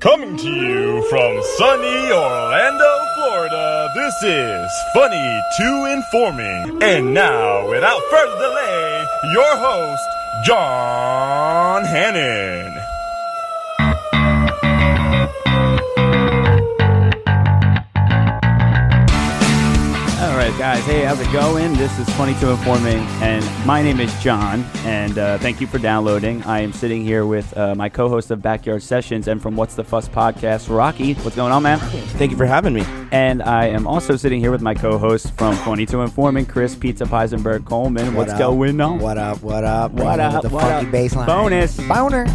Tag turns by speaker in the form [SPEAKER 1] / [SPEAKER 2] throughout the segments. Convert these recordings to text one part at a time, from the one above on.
[SPEAKER 1] Coming to you from sunny Orlando, Florida, this is Funny to Informing. And now, without further delay, your host, John Hannon.
[SPEAKER 2] All right, guys. Hey, how's it going? This is 22 Informing, and my name is John, and uh, thank you for downloading. I am sitting here with uh, my co host of Backyard Sessions and from What's the Fuss podcast, Rocky. What's going on, man?
[SPEAKER 3] Thank you for having me.
[SPEAKER 2] And I am also sitting here with my co host from 22 Informing, Chris Pizza Peisenberg Coleman. What's
[SPEAKER 4] What up?
[SPEAKER 2] going on?
[SPEAKER 4] What up? What up?
[SPEAKER 2] What
[SPEAKER 4] Bringing it
[SPEAKER 2] up,
[SPEAKER 4] The
[SPEAKER 2] what
[SPEAKER 4] funky
[SPEAKER 2] up?
[SPEAKER 4] baseline.
[SPEAKER 2] Bonus.
[SPEAKER 4] Boner.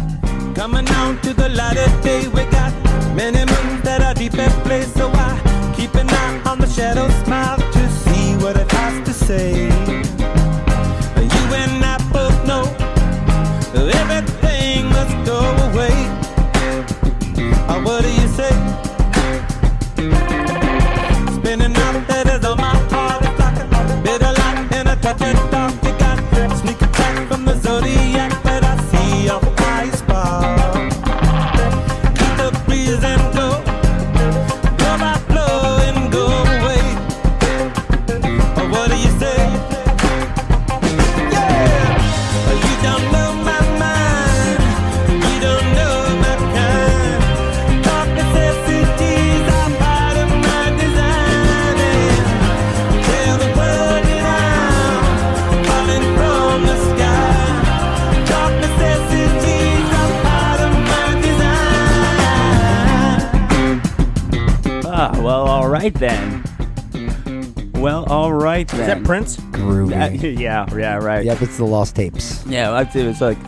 [SPEAKER 5] Coming on to the light of day, we got many moons that are deep in place. So I keep an eye on the shadow smile to see what it has to say. You and I both know everything must go away. Oh, what do you say? Spinning out that is on my heart. It's like a bit of light and a touch of dark. You got sneak attack from the zodiac that I see off my spot. Let the breeze and go, blow by blow and go away. Oh, what do you say? Yeah, you don't know my mind, you don't know my kind. Dark necessities are part of my design. And tell the world that I'm falling from the sky. Dark necessities are part of my design.
[SPEAKER 2] Ah, well, all right then. Well, all right then.
[SPEAKER 3] Is that Prince?
[SPEAKER 4] Groovy.
[SPEAKER 2] yeah, yeah, right.
[SPEAKER 4] yep, it's the lost tapes.
[SPEAKER 2] Yeah, well, it's like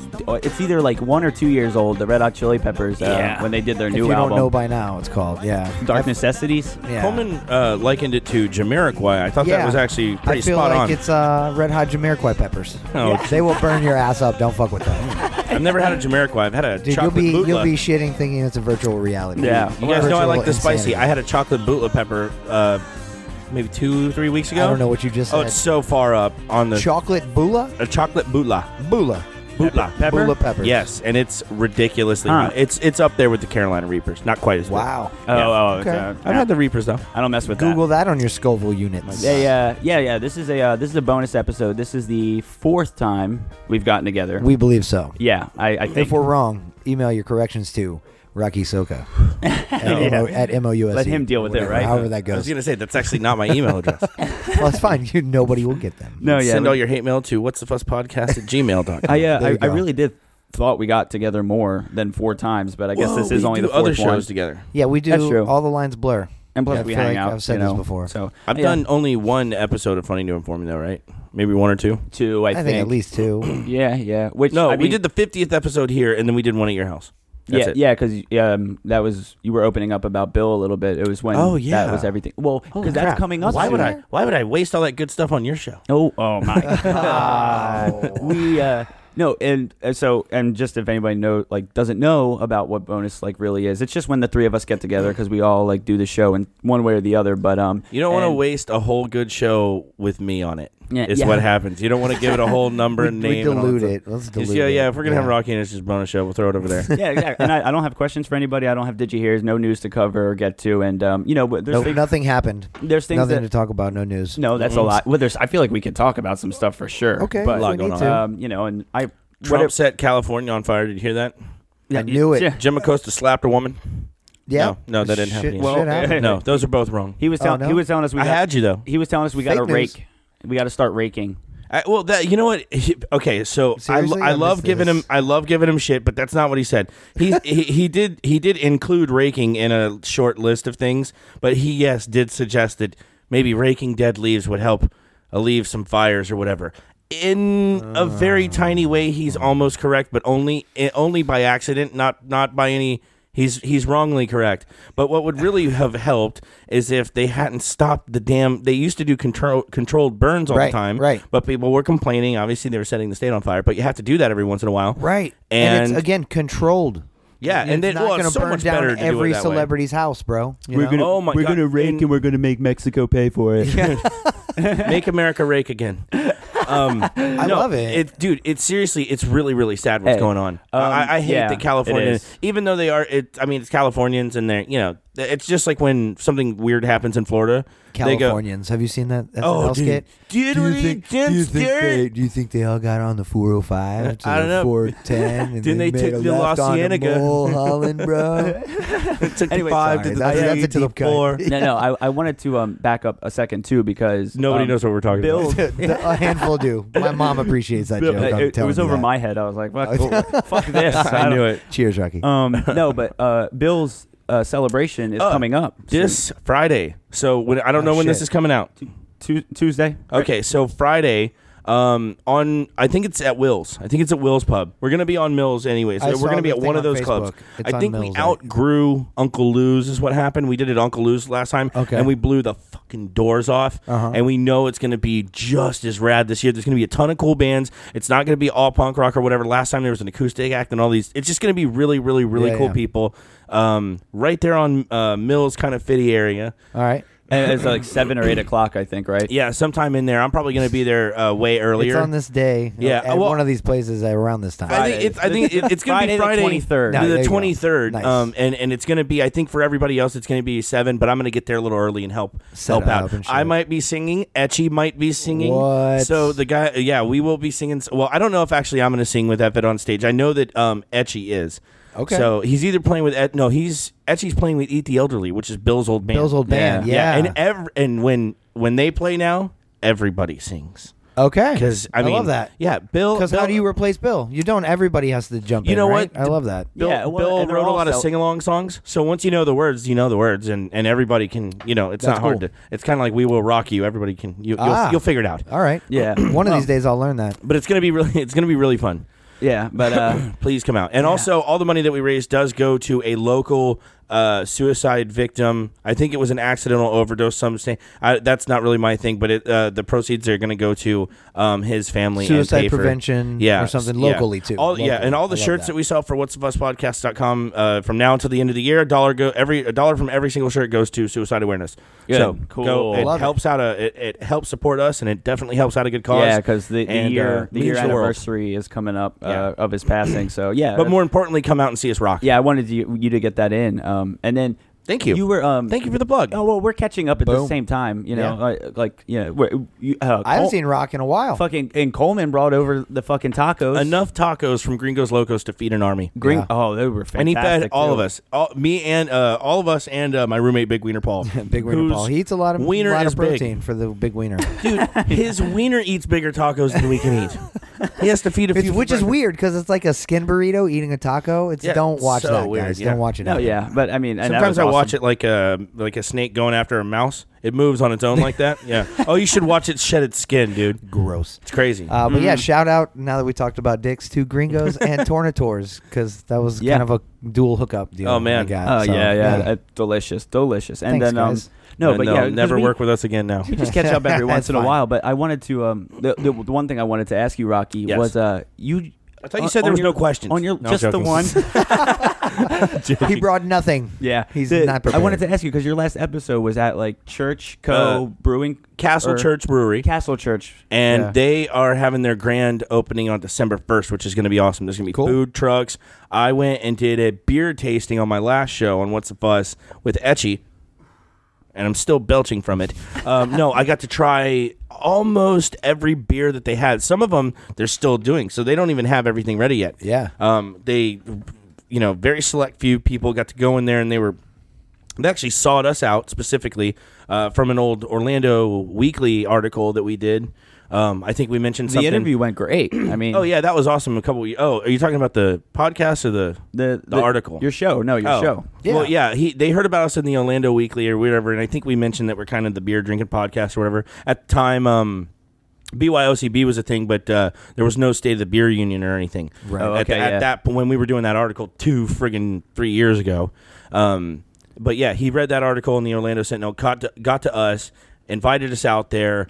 [SPEAKER 2] it's either like one or two years old. The Red Hot Chili Peppers, uh,
[SPEAKER 3] Yeah.
[SPEAKER 2] when they did their
[SPEAKER 4] If
[SPEAKER 2] new
[SPEAKER 4] you
[SPEAKER 2] album,
[SPEAKER 4] don't know by now, it's called. Yeah.
[SPEAKER 2] Dark Necessities.
[SPEAKER 4] I- yeah.
[SPEAKER 3] Coleman uh, likened it to Jamiroquai. I thought
[SPEAKER 4] Yeah.
[SPEAKER 3] that was actually pretty
[SPEAKER 4] I feel
[SPEAKER 3] spot
[SPEAKER 4] like
[SPEAKER 3] on.
[SPEAKER 4] it's uh, red hot Jamiroquai peppers.
[SPEAKER 3] Oh,
[SPEAKER 4] They will burn your ass up. Don't fuck with them,
[SPEAKER 3] I've never had a Jamiroquai. I've had a
[SPEAKER 4] dude. You'll
[SPEAKER 3] chocolate
[SPEAKER 4] be
[SPEAKER 3] bootleg.
[SPEAKER 4] you'll be shitting thinking it's a virtual reality.
[SPEAKER 2] Yeah.
[SPEAKER 3] you guys know I
[SPEAKER 4] Virtual
[SPEAKER 3] like the spicy.
[SPEAKER 4] insanity.
[SPEAKER 3] I had a chocolate bootleg pepper uh, maybe two, three weeks ago.
[SPEAKER 4] I don't know what you just
[SPEAKER 3] Oh,
[SPEAKER 4] said.
[SPEAKER 3] it's so far up on the
[SPEAKER 4] Chocolate bula,
[SPEAKER 3] a chocolate bootla.
[SPEAKER 4] bula,
[SPEAKER 3] Bootla.
[SPEAKER 2] Pepper?
[SPEAKER 4] bula peppers.
[SPEAKER 3] Yes, and it's ridiculously
[SPEAKER 2] Huh.
[SPEAKER 3] hot. It's it's up there with the Carolina Reapers. Not quite as good.
[SPEAKER 4] Wow.
[SPEAKER 2] Oh,
[SPEAKER 3] Yeah.
[SPEAKER 2] oh,
[SPEAKER 4] Okay.
[SPEAKER 2] okay.
[SPEAKER 3] I've had the Reapers though.
[SPEAKER 2] I don't mess with
[SPEAKER 4] Google that on your Scoville units.
[SPEAKER 2] that. They, uh, yeah, yeah. This is a uh, this is a bonus episode. This is the fourth time we've gotten together.
[SPEAKER 4] We believe so.
[SPEAKER 2] yeah, I, I think
[SPEAKER 4] If we're wrong, email your corrections to Rocky Soka at, MO, at MOUSE.
[SPEAKER 2] Let him deal with it,
[SPEAKER 4] E. whatever-
[SPEAKER 2] right?
[SPEAKER 4] However that
[SPEAKER 3] I
[SPEAKER 4] goes.
[SPEAKER 3] was gonna say that's actually not my email address.
[SPEAKER 4] well, it's fine. You, nobody will get them.
[SPEAKER 2] no, Oh, yeah.
[SPEAKER 3] Send
[SPEAKER 2] let-
[SPEAKER 3] all your hate mail to what's the fuss podcast at gmail.com.
[SPEAKER 2] I, uh,
[SPEAKER 4] There
[SPEAKER 2] I,
[SPEAKER 4] you
[SPEAKER 2] I
[SPEAKER 4] go.
[SPEAKER 2] really did thought we got together more than four times, but I guess this
[SPEAKER 3] Whoa,
[SPEAKER 2] is
[SPEAKER 3] we
[SPEAKER 2] only
[SPEAKER 3] do
[SPEAKER 2] the fourth
[SPEAKER 3] other shows
[SPEAKER 2] one.
[SPEAKER 3] together.
[SPEAKER 4] Yeah, we do.
[SPEAKER 2] That's true.
[SPEAKER 4] All the lines blur.
[SPEAKER 2] And plus,
[SPEAKER 4] Yeah, I
[SPEAKER 2] we
[SPEAKER 4] feel
[SPEAKER 2] hang
[SPEAKER 4] like
[SPEAKER 2] out.
[SPEAKER 4] I've said
[SPEAKER 2] you
[SPEAKER 4] this
[SPEAKER 2] know,
[SPEAKER 4] before.
[SPEAKER 2] So
[SPEAKER 3] I've
[SPEAKER 2] yeah,
[SPEAKER 3] done only one episode of Funny New Informing though, right? Maybe one or two.
[SPEAKER 2] two. I,
[SPEAKER 4] I, think, at least two.
[SPEAKER 2] Yeah, yeah. Which
[SPEAKER 3] No,
[SPEAKER 2] I
[SPEAKER 3] we
[SPEAKER 2] mean-
[SPEAKER 3] did the fiftieth episode here, and then we did one at your house. That's
[SPEAKER 2] yeah,
[SPEAKER 3] it.
[SPEAKER 2] yeah, 'cause yeah, because um, that was you were opening up about Bill a little bit. It was when
[SPEAKER 3] Oh,
[SPEAKER 2] that
[SPEAKER 3] yeah.
[SPEAKER 2] was everything. Well, because
[SPEAKER 3] Crap.
[SPEAKER 2] that's coming up.
[SPEAKER 3] Why
[SPEAKER 2] soon.
[SPEAKER 3] would I? Why would I waste all that good stuff on your show?
[SPEAKER 2] Oh, oh my god. we uh no, and uh, so and just if anybody know like doesn't know about what bonus like really is, it's just when the three of us get together because we all like do the show in one way or the other. But um,
[SPEAKER 3] You don't want to
[SPEAKER 2] and-
[SPEAKER 3] waste a whole good show with me on it. Is
[SPEAKER 2] Yeah, yeah.
[SPEAKER 3] what happens. You don't want to give it a whole number and
[SPEAKER 4] we
[SPEAKER 3] name. and all that
[SPEAKER 4] dilute
[SPEAKER 3] stuff.
[SPEAKER 4] it. Let's
[SPEAKER 3] Just,
[SPEAKER 4] dilute
[SPEAKER 3] yeah,
[SPEAKER 4] it.
[SPEAKER 3] yeah. If we're gonna have
[SPEAKER 4] Yeah.
[SPEAKER 3] Rocky and it's just bonus show, we'll throw it over there.
[SPEAKER 2] yeah, exactly. And I, I don't have questions for anybody. I don't have did you hears, no news to cover or get to, and um, you know, but there's
[SPEAKER 4] No,
[SPEAKER 2] things,
[SPEAKER 4] nothing happened.
[SPEAKER 2] there's things
[SPEAKER 4] Nothing
[SPEAKER 2] that
[SPEAKER 4] to talk about. No news.
[SPEAKER 2] no, that's
[SPEAKER 3] Mm-hmm.
[SPEAKER 2] a lot. Well, there's I feel like we could talk about some stuff for sure.
[SPEAKER 4] Okay.
[SPEAKER 2] but
[SPEAKER 3] A lot
[SPEAKER 4] we
[SPEAKER 3] going
[SPEAKER 4] need
[SPEAKER 3] on.
[SPEAKER 4] to.
[SPEAKER 2] um, you know, and I
[SPEAKER 3] Trump
[SPEAKER 2] whatever-
[SPEAKER 3] set California on fire. Did you hear that?
[SPEAKER 4] I knew it.
[SPEAKER 2] Yeah.
[SPEAKER 3] Jim Acosta slapped a woman.
[SPEAKER 4] yeah.
[SPEAKER 3] No, no, that didn't
[SPEAKER 4] Shit-
[SPEAKER 3] happen.
[SPEAKER 4] shit
[SPEAKER 3] Well,
[SPEAKER 4] happened.
[SPEAKER 3] no, those are both wrong.
[SPEAKER 2] He was
[SPEAKER 4] Oh,
[SPEAKER 2] telling
[SPEAKER 4] no?
[SPEAKER 2] he was telling us we
[SPEAKER 3] I
[SPEAKER 2] got,
[SPEAKER 3] had you though.
[SPEAKER 2] He was telling us we got
[SPEAKER 4] Fake
[SPEAKER 2] to
[SPEAKER 4] news.
[SPEAKER 2] rake. We got to start raking.
[SPEAKER 3] I, well, that you know what? He- okay, so I,
[SPEAKER 4] Seriously?
[SPEAKER 3] I
[SPEAKER 4] I
[SPEAKER 3] love
[SPEAKER 4] missed
[SPEAKER 3] giving
[SPEAKER 4] this.
[SPEAKER 3] him I love giving him shit, but that's not what he said. He, he he did he did include raking in a short list of things, but he yes did suggest that maybe raking dead leaves would help alleviate some fires or whatever. In a very
[SPEAKER 4] Ah.
[SPEAKER 3] tiny way, he's almost correct, but only eh, only by accident, not not by any. He's he's wrongly correct. But what would really have helped is if they hadn't stopped the damn. They used to do control controlled burns all
[SPEAKER 4] Right,
[SPEAKER 3] the time,
[SPEAKER 4] right.
[SPEAKER 3] but people were complaining. Obviously, they were setting the state on fire, but you have to do that every once in a while.
[SPEAKER 4] Right.
[SPEAKER 3] And,
[SPEAKER 4] it's again controlled.
[SPEAKER 3] Yeah, and
[SPEAKER 4] it's
[SPEAKER 3] then
[SPEAKER 4] not
[SPEAKER 3] well, it's
[SPEAKER 4] gonna
[SPEAKER 3] so
[SPEAKER 4] burn
[SPEAKER 3] much
[SPEAKER 4] down
[SPEAKER 3] better to do
[SPEAKER 4] every
[SPEAKER 3] it that way.
[SPEAKER 4] celebrity's house, bro. you
[SPEAKER 2] we're
[SPEAKER 4] know?
[SPEAKER 2] gonna
[SPEAKER 3] Oh my
[SPEAKER 2] we're
[SPEAKER 3] God.
[SPEAKER 2] gonna rake and,
[SPEAKER 3] And-
[SPEAKER 2] we're gonna make Mexico pay for it.
[SPEAKER 3] Make America rake again. Um,
[SPEAKER 4] I love it.
[SPEAKER 3] dude. It's seriously, it's really, really sad what's
[SPEAKER 2] Hey,
[SPEAKER 3] going on.
[SPEAKER 2] um,
[SPEAKER 3] I, I hate
[SPEAKER 2] yeah,
[SPEAKER 3] that
[SPEAKER 2] it
[SPEAKER 3] California,
[SPEAKER 2] is.
[SPEAKER 3] even though they are, it, I mean, it's Californians and they're, you know, it's just like when something weird happens in Florida. they go,
[SPEAKER 4] Californians. Have you seen that? SNL
[SPEAKER 3] Oh, dude.
[SPEAKER 4] skit?
[SPEAKER 3] Do you really think Dempster-
[SPEAKER 4] do you think they all got on the 405 to
[SPEAKER 3] I don't
[SPEAKER 4] the
[SPEAKER 3] know.
[SPEAKER 4] 410? And
[SPEAKER 3] Then they
[SPEAKER 4] made
[SPEAKER 3] took
[SPEAKER 4] a
[SPEAKER 3] the
[SPEAKER 4] left
[SPEAKER 3] La
[SPEAKER 4] on the
[SPEAKER 3] Cienega.
[SPEAKER 4] Mulholland, bro.
[SPEAKER 3] It took
[SPEAKER 2] Anyway,
[SPEAKER 3] the five
[SPEAKER 4] sorry,
[SPEAKER 3] to
[SPEAKER 4] that's-
[SPEAKER 3] the three
[SPEAKER 4] that's a
[SPEAKER 3] to the
[SPEAKER 4] deep cut.
[SPEAKER 3] four.
[SPEAKER 2] no, no. I, I wanted to um, back up a second too because
[SPEAKER 3] Nobody
[SPEAKER 2] um,
[SPEAKER 3] knows what we're talking
[SPEAKER 2] Bill-
[SPEAKER 3] about.
[SPEAKER 4] The- a handful do. My mom appreciates that
[SPEAKER 2] Bill-
[SPEAKER 4] joke. I'm
[SPEAKER 2] it, it
[SPEAKER 4] telling
[SPEAKER 2] was
[SPEAKER 4] you
[SPEAKER 2] over
[SPEAKER 4] that.
[SPEAKER 2] my head. I was like, fuck, fuck this.
[SPEAKER 3] I
[SPEAKER 2] don't-
[SPEAKER 3] knew it.
[SPEAKER 4] Cheers, Rocky.
[SPEAKER 2] Um, no, but uh, Bill's uh, celebration is
[SPEAKER 3] Uh,
[SPEAKER 2] coming up soon.
[SPEAKER 3] This Friday. So when I don't
[SPEAKER 4] Oh,
[SPEAKER 3] know when this
[SPEAKER 4] shit.
[SPEAKER 3] is coming out.
[SPEAKER 2] Tu- Tuesday.
[SPEAKER 3] Okay, so Friday. Um, on I think it's at Will's. I think it's at Will's Pub. We're gonna be on Mills anyway,
[SPEAKER 4] I
[SPEAKER 3] so
[SPEAKER 4] saw
[SPEAKER 3] we're gonna be
[SPEAKER 4] the
[SPEAKER 3] at
[SPEAKER 4] thing
[SPEAKER 3] one
[SPEAKER 4] on
[SPEAKER 3] of those
[SPEAKER 4] Facebook.
[SPEAKER 3] clubs.
[SPEAKER 4] It's
[SPEAKER 3] I
[SPEAKER 4] on
[SPEAKER 3] think
[SPEAKER 4] Mills,
[SPEAKER 3] we
[SPEAKER 4] right?
[SPEAKER 3] outgrew Uncle Lou's is what happened. We did it at Uncle Lou's last time,
[SPEAKER 4] Okay.
[SPEAKER 3] and we blew the fucking doors off.
[SPEAKER 4] Uh-huh.
[SPEAKER 3] And we know it's gonna be just as rad this year. There's gonna be a ton of cool bands. It's not gonna be all punk rock or whatever. Last time there was an acoustic act and all these. It's just gonna be really, really, really
[SPEAKER 4] Yeah,
[SPEAKER 3] cool
[SPEAKER 4] yeah.
[SPEAKER 3] people. Um, right there on uh, Mills, kind of fitty area.
[SPEAKER 4] all right.
[SPEAKER 2] And it's like seven or eight o'clock, I think, right?
[SPEAKER 3] Yeah, sometime in there. I'm probably going to be there uh, way earlier.
[SPEAKER 4] It's on this day. uh,
[SPEAKER 3] Yeah,
[SPEAKER 4] At
[SPEAKER 3] well-
[SPEAKER 4] one of these places around this time.
[SPEAKER 3] I think it's, I think it, it's going to
[SPEAKER 2] Friday
[SPEAKER 3] be
[SPEAKER 2] the
[SPEAKER 3] Friday
[SPEAKER 2] 23rd.
[SPEAKER 4] No, there
[SPEAKER 3] the
[SPEAKER 4] you go.
[SPEAKER 3] twenty third.
[SPEAKER 4] Nice.
[SPEAKER 3] Um, and and it's going to be I think for everybody else it's going to be seven, but I'm going to get there a little early and help
[SPEAKER 4] Set
[SPEAKER 3] help
[SPEAKER 4] up
[SPEAKER 3] out.
[SPEAKER 4] and shit.
[SPEAKER 3] I might be singing. Etchy might be singing.
[SPEAKER 4] What?
[SPEAKER 3] So the guy, yeah, we will be singing. Well, I don't know if actually I'm going to sing with Effet on stage. I know that um Etchy is.
[SPEAKER 4] Okay.
[SPEAKER 3] So he's either playing with Et- no, he's Etchy's playing with Eat the Elderly, which is Bill's old band.
[SPEAKER 4] Bill's old band. Yeah.
[SPEAKER 3] And ev- and when when they play now, everybody sings.
[SPEAKER 4] okay.
[SPEAKER 3] Because I, mean,
[SPEAKER 4] love that.
[SPEAKER 3] Yeah, Bill.
[SPEAKER 4] Because how
[SPEAKER 3] Bill-
[SPEAKER 4] do you replace Bill? You don't. Everybody has to jump
[SPEAKER 3] You
[SPEAKER 4] in,
[SPEAKER 3] know
[SPEAKER 4] right?
[SPEAKER 3] what?
[SPEAKER 4] I love that.
[SPEAKER 3] Bill,
[SPEAKER 2] Yeah, well,
[SPEAKER 3] Bill
[SPEAKER 2] and they're
[SPEAKER 3] wrote a
[SPEAKER 2] all
[SPEAKER 3] lot of
[SPEAKER 2] sell-
[SPEAKER 3] sing along songs. So once you know the words, you know the words, and, and everybody can, you know, it's
[SPEAKER 4] That's
[SPEAKER 3] not hard
[SPEAKER 4] cool.
[SPEAKER 3] to. It's kind of like We Will Rock You. Everybody can, you, you'll,
[SPEAKER 4] Ah.
[SPEAKER 3] you'll figure it out.
[SPEAKER 4] All right.
[SPEAKER 2] Yeah.
[SPEAKER 4] One of these days I'll learn that.
[SPEAKER 3] But it's gonna be really, it's gonna be really fun.
[SPEAKER 2] Yeah, but uh,
[SPEAKER 3] Please come out. And also, all the money that we raise does go to a local uh, suicide victim. I think it was an accidental overdose. Some say I, that's not really my thing, but it, uh, the proceeds are going to go to um, his family. and
[SPEAKER 4] Suicide
[SPEAKER 3] pay for-
[SPEAKER 4] prevention
[SPEAKER 3] yeah,
[SPEAKER 4] or something
[SPEAKER 3] yeah.
[SPEAKER 4] locally, too.
[SPEAKER 3] All, Yeah,
[SPEAKER 4] Locally.
[SPEAKER 3] and all the
[SPEAKER 4] I love
[SPEAKER 3] shirts
[SPEAKER 4] that.
[SPEAKER 3] that. we sell for what's of us podcast.com uh, from now until the end of the year, a dollar go every a dollar from every single shirt goes to suicide awareness.
[SPEAKER 2] Good.
[SPEAKER 3] So
[SPEAKER 2] Cool.
[SPEAKER 3] go- it
[SPEAKER 4] Love it.
[SPEAKER 3] helps out a it, it helps support us, and it definitely helps out a good cause.
[SPEAKER 2] yeah, because the, the
[SPEAKER 3] and,
[SPEAKER 2] year
[SPEAKER 3] uh,
[SPEAKER 2] the
[SPEAKER 3] means
[SPEAKER 2] year
[SPEAKER 3] world.
[SPEAKER 2] anniversary is coming up uh,
[SPEAKER 3] Yeah.
[SPEAKER 2] of his passing. So yeah,
[SPEAKER 3] But more importantly, come out and see us rock.
[SPEAKER 2] yeah, I wanted you, you to get that in. Um, and then
[SPEAKER 3] Thank you.
[SPEAKER 2] You were um,
[SPEAKER 3] Thank you for the plug.
[SPEAKER 2] Oh well, we're catching up at the
[SPEAKER 4] Boom.
[SPEAKER 2] same time. You know,
[SPEAKER 3] Yeah.
[SPEAKER 2] like, like you know, we're, you, uh,
[SPEAKER 4] I haven't
[SPEAKER 3] Oh.
[SPEAKER 2] Col-
[SPEAKER 4] seen Rock in a while.
[SPEAKER 2] fucking and Coleman brought over the fucking tacos.
[SPEAKER 3] enough tacos from Gringos Locos to feed an army.
[SPEAKER 2] green.
[SPEAKER 4] Yeah.
[SPEAKER 2] Oh, they were fantastic.
[SPEAKER 3] And he fed all
[SPEAKER 2] too.
[SPEAKER 3] of us, all, me and uh, all of us, and uh, my roommate Big Wiener Paul.
[SPEAKER 4] Big wiener
[SPEAKER 3] whose
[SPEAKER 4] Paul. He eats a lot of
[SPEAKER 3] wiener
[SPEAKER 4] lot
[SPEAKER 3] is
[SPEAKER 4] of protein
[SPEAKER 3] Big.
[SPEAKER 4] for the big wiener.
[SPEAKER 3] Dude, his wiener eats bigger tacos than we can eat. He has to feed a few,
[SPEAKER 4] It's,
[SPEAKER 3] for
[SPEAKER 4] which is
[SPEAKER 3] breakfast.
[SPEAKER 4] weird because it's like a skin burrito eating a taco. It's
[SPEAKER 3] Yeah,
[SPEAKER 4] don't watch
[SPEAKER 3] so
[SPEAKER 4] that,
[SPEAKER 3] weird,
[SPEAKER 4] guys.
[SPEAKER 3] yeah.
[SPEAKER 4] Don't watch it.
[SPEAKER 2] No, Oh, yeah, but I mean, and that
[SPEAKER 3] Sometimes
[SPEAKER 2] was
[SPEAKER 3] I
[SPEAKER 2] awesome.
[SPEAKER 3] watch it like a like a snake going after a mouse. It moves on its own like that. Yeah. Oh, you should watch it shed its skin, dude.
[SPEAKER 4] Gross.
[SPEAKER 3] It's crazy.
[SPEAKER 4] Uh, but yeah, shout out now that we talked about dicks to Gringos and Tornators because that was
[SPEAKER 2] Yeah.
[SPEAKER 4] kind of a dual hookup deal.
[SPEAKER 3] Oh,
[SPEAKER 4] we
[SPEAKER 3] man.
[SPEAKER 4] got,
[SPEAKER 2] Oh
[SPEAKER 4] so,
[SPEAKER 2] yeah, yeah, uh, delicious, delicious. And
[SPEAKER 4] Thanks,
[SPEAKER 2] then um,
[SPEAKER 4] guys.
[SPEAKER 2] no,
[SPEAKER 3] And
[SPEAKER 2] but
[SPEAKER 3] they'll
[SPEAKER 2] yeah, 'cause
[SPEAKER 3] never
[SPEAKER 2] we,
[SPEAKER 3] work with us again now.
[SPEAKER 2] We just catch up every once
[SPEAKER 4] That's
[SPEAKER 2] in a
[SPEAKER 4] fine.
[SPEAKER 2] while. But I wanted to um, the, the, the one thing I wanted to ask you, Rocky,
[SPEAKER 3] Yes.
[SPEAKER 2] was uh, you.
[SPEAKER 3] I thought you said there was no questions.
[SPEAKER 2] on your
[SPEAKER 3] No, I'm
[SPEAKER 2] just the
[SPEAKER 3] joking.
[SPEAKER 2] one.
[SPEAKER 4] He brought nothing.
[SPEAKER 2] Yeah,
[SPEAKER 4] He's
[SPEAKER 2] The-
[SPEAKER 4] not
[SPEAKER 2] I
[SPEAKER 4] prepared.
[SPEAKER 2] wanted to ask you because your last episode was at like Church Co
[SPEAKER 3] Uh,
[SPEAKER 2] Brewing
[SPEAKER 3] Castle
[SPEAKER 2] or-
[SPEAKER 3] Church Brewery.
[SPEAKER 2] Castle Church,
[SPEAKER 3] and
[SPEAKER 2] Yeah.
[SPEAKER 3] they are having their grand opening on December 1st, which is going to be awesome. There's going to be
[SPEAKER 4] Cool.
[SPEAKER 3] food trucks. I went and did a beer tasting on my last show on What's the Fuss with Etchy, and I'm still belching from it. Um, no, I got to try almost every beer that they had. Some of them they're still doing, so they don't even have everything ready yet.
[SPEAKER 4] Yeah.
[SPEAKER 3] Um, they, you know, very select few people got to go in there, and they were they actually sought us out specifically uh, from an old Orlando Weekly article that we did. Um, I think we mentioned
[SPEAKER 2] the
[SPEAKER 3] something.
[SPEAKER 2] interview went great. I mean,
[SPEAKER 3] Oh yeah, that was awesome. A couple. Oh, are you talking about the podcast or the
[SPEAKER 2] the,
[SPEAKER 3] the, article?
[SPEAKER 2] your show, no, your
[SPEAKER 3] Oh.
[SPEAKER 2] show.
[SPEAKER 3] Well, yeah, he they heard about us in the Orlando Weekly or whatever, and I think we mentioned that we're kind of the beer drinking podcast or whatever. At the time, um, BYOCB was a thing, but uh, there was no State of the Beer Union or anything. Right.
[SPEAKER 2] Oh,
[SPEAKER 3] at, the-
[SPEAKER 2] okay, yeah.
[SPEAKER 3] at that point, when we were doing that article two friggin' three years ago. Um, but yeah, he read that article in the Orlando Sentinel, got to, got to us, invited us out there.